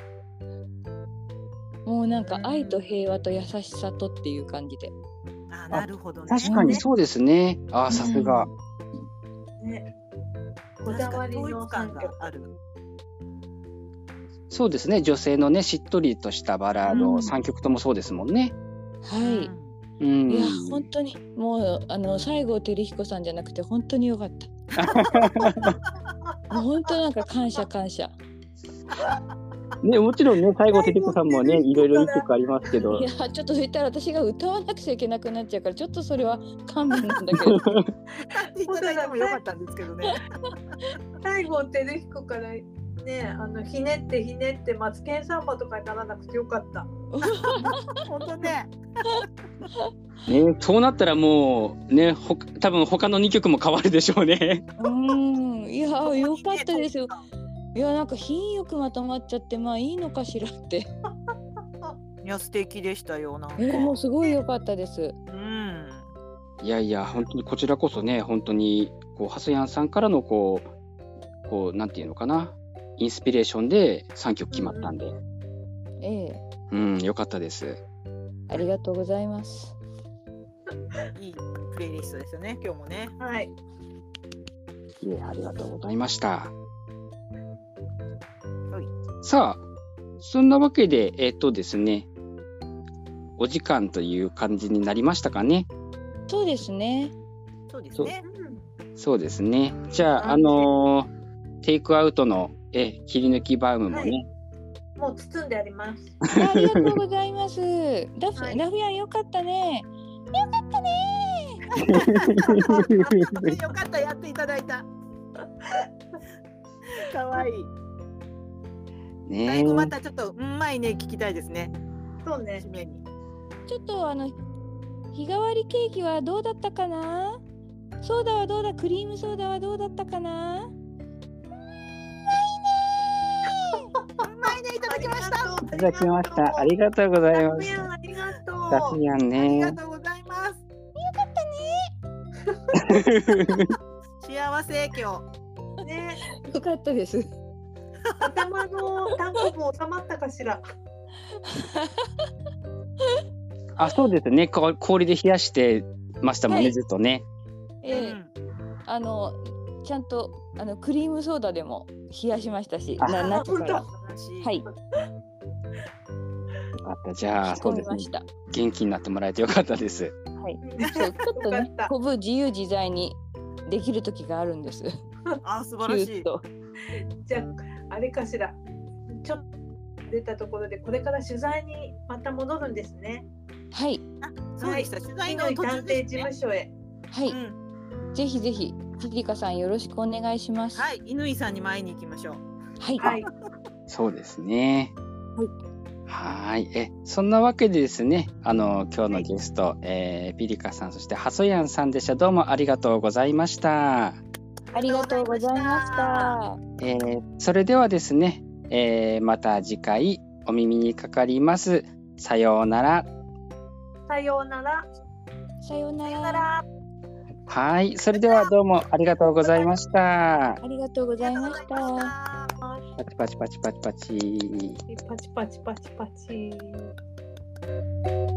S4: もうなんか愛と平和と優しさとっていう感じで。
S3: あなるほどね。
S2: 確かにそうですねあ
S4: う
S2: あ
S4: ん
S2: さすが
S1: ねこ
S3: 確
S1: だ
S3: か
S1: わ
S3: に
S1: り
S3: 統
S1: の
S3: 一感
S1: 三
S3: が
S1: 曲。
S3: ある。
S2: そうですね女性のねしっとりとしたバラー
S4: う
S2: ド
S4: ん
S2: 3曲ともそうですもんね。
S4: はい。
S2: うん
S4: いや本当にもうあの西郷輝彦さんじゃなくて本当に良かった。もう本当なんか感謝感謝。
S2: ね、もちろんね最後ててこさんもね
S1: 最後
S2: いろいろいい曲ありますけど
S4: いやちょっと言ったら私が歌わなくちゃいけなくなっちゃうからちょっとそれは勘弁なんだ けど。
S3: いただいてもよかったんですけどね。
S1: 最後照彦からねあのひねってひねってマツケンサンバとかにならなくてよかった。
S3: 本当ね。
S2: ね、そうなったらもうねほか多分他の2曲も変わるでしょうね。
S4: うーんいや良かったですよ。いやなんか品よくまとまっちゃってまあいいのかしらって。
S3: いや素敵でしたよなんか。
S4: えーもうすごい良かったです。
S3: うん。
S2: いやいや本当にこちらこそね本当にこうハスヤンさんからのこうこうなんていうのかなインスピレーションで3曲決まったんで、
S4: ええ
S2: うん良かったです。
S4: ありがとうございます。
S3: いいプレイリストですよね今日もね。
S1: はい。
S2: いえありがとうございました。
S3: はい
S2: さあそんなわけでえっとですねお時間という感じになりましたかね。
S4: そうですね。
S3: そうですね。
S2: そうですね。じゃあ、あ
S1: はい
S2: のーテイクアウトのえ切り抜きバウムもね、
S1: はいうんもう包んであります。
S4: ありがとうございます。ラフ、
S1: はい
S4: ラフィアンよかったね。
S3: よかったやっていただいた。可愛いい。
S2: ね
S3: 最後またちょっとうんまいね聞きたいですね。
S1: そうね
S3: 締。めに。
S4: ちょっとあの日替わりケーキはどうだったかな？ソーダはどうだ？クリームソーダはどうだったかな？
S3: うんまいねいただきました。
S1: ありがとう
S2: いただきました。ありがとうござい
S1: ラ
S2: ま
S1: フ
S2: す
S1: ィ。アンありが と
S2: ダ
S1: う。
S2: シアン
S3: あり
S2: ね
S3: が。とうございます。 幸せ今日。
S1: ね、
S4: よかったです。
S1: 頭の単語も収まったかしら。
S2: あ、そうですね。こ氷で冷やしてましたもんね、
S4: はい
S2: ずっとね。
S4: ええ
S3: うん
S4: あのちゃんとあのクリームソーダでも冷やしましたし、
S2: あ
S4: な
S3: あ
S4: 夏
S3: 本
S4: から
S3: 当
S4: ははい
S2: よかった。じゃあ、
S4: 仕
S2: そう
S4: 込
S2: で
S4: み
S2: すね
S4: ま。した。
S2: 元気になってもらえてよかったです。
S4: はい。
S3: う
S4: そ
S3: ん
S4: うちょっと
S3: よ
S4: ね
S3: かった、
S4: こぶ自由自在にできる時があるんです。
S3: あ素晴ら
S4: キュー
S3: しい
S4: ッ。と
S1: じゃああれかしらちょっと出たところでこれから取材にまた戻るんですね。
S4: はい
S3: そうでした。取材
S1: 井
S3: の
S1: 上
S3: 途中
S1: 探偵
S3: です
S1: 事
S3: ね
S1: 務。所へ。
S4: はい、
S3: うん
S4: ぜひぜひひりかさんよろしくお願いします。
S3: はい、乾さんに前に行きましょう。
S4: はい。
S1: はい。
S2: そうですね。はーい。え、そんなわけでですね、あの、今日のゲスト、えーピリカさん、そしてハソヤンさんでした。どうもありがとうございました。
S4: ありがとうございました。
S2: えーそれではですね、えーまた次回お耳にかかります。さようなら。
S1: さようなら。
S4: さような
S1: さような
S4: ら。
S1: ら。
S2: はい。それではどうもありがとうございました。
S4: ありがとうございま
S3: あり
S4: し
S3: がとうござい
S4: た。
S3: ました。
S2: パチパチパチパチパチ。
S1: パチパチパチパチ。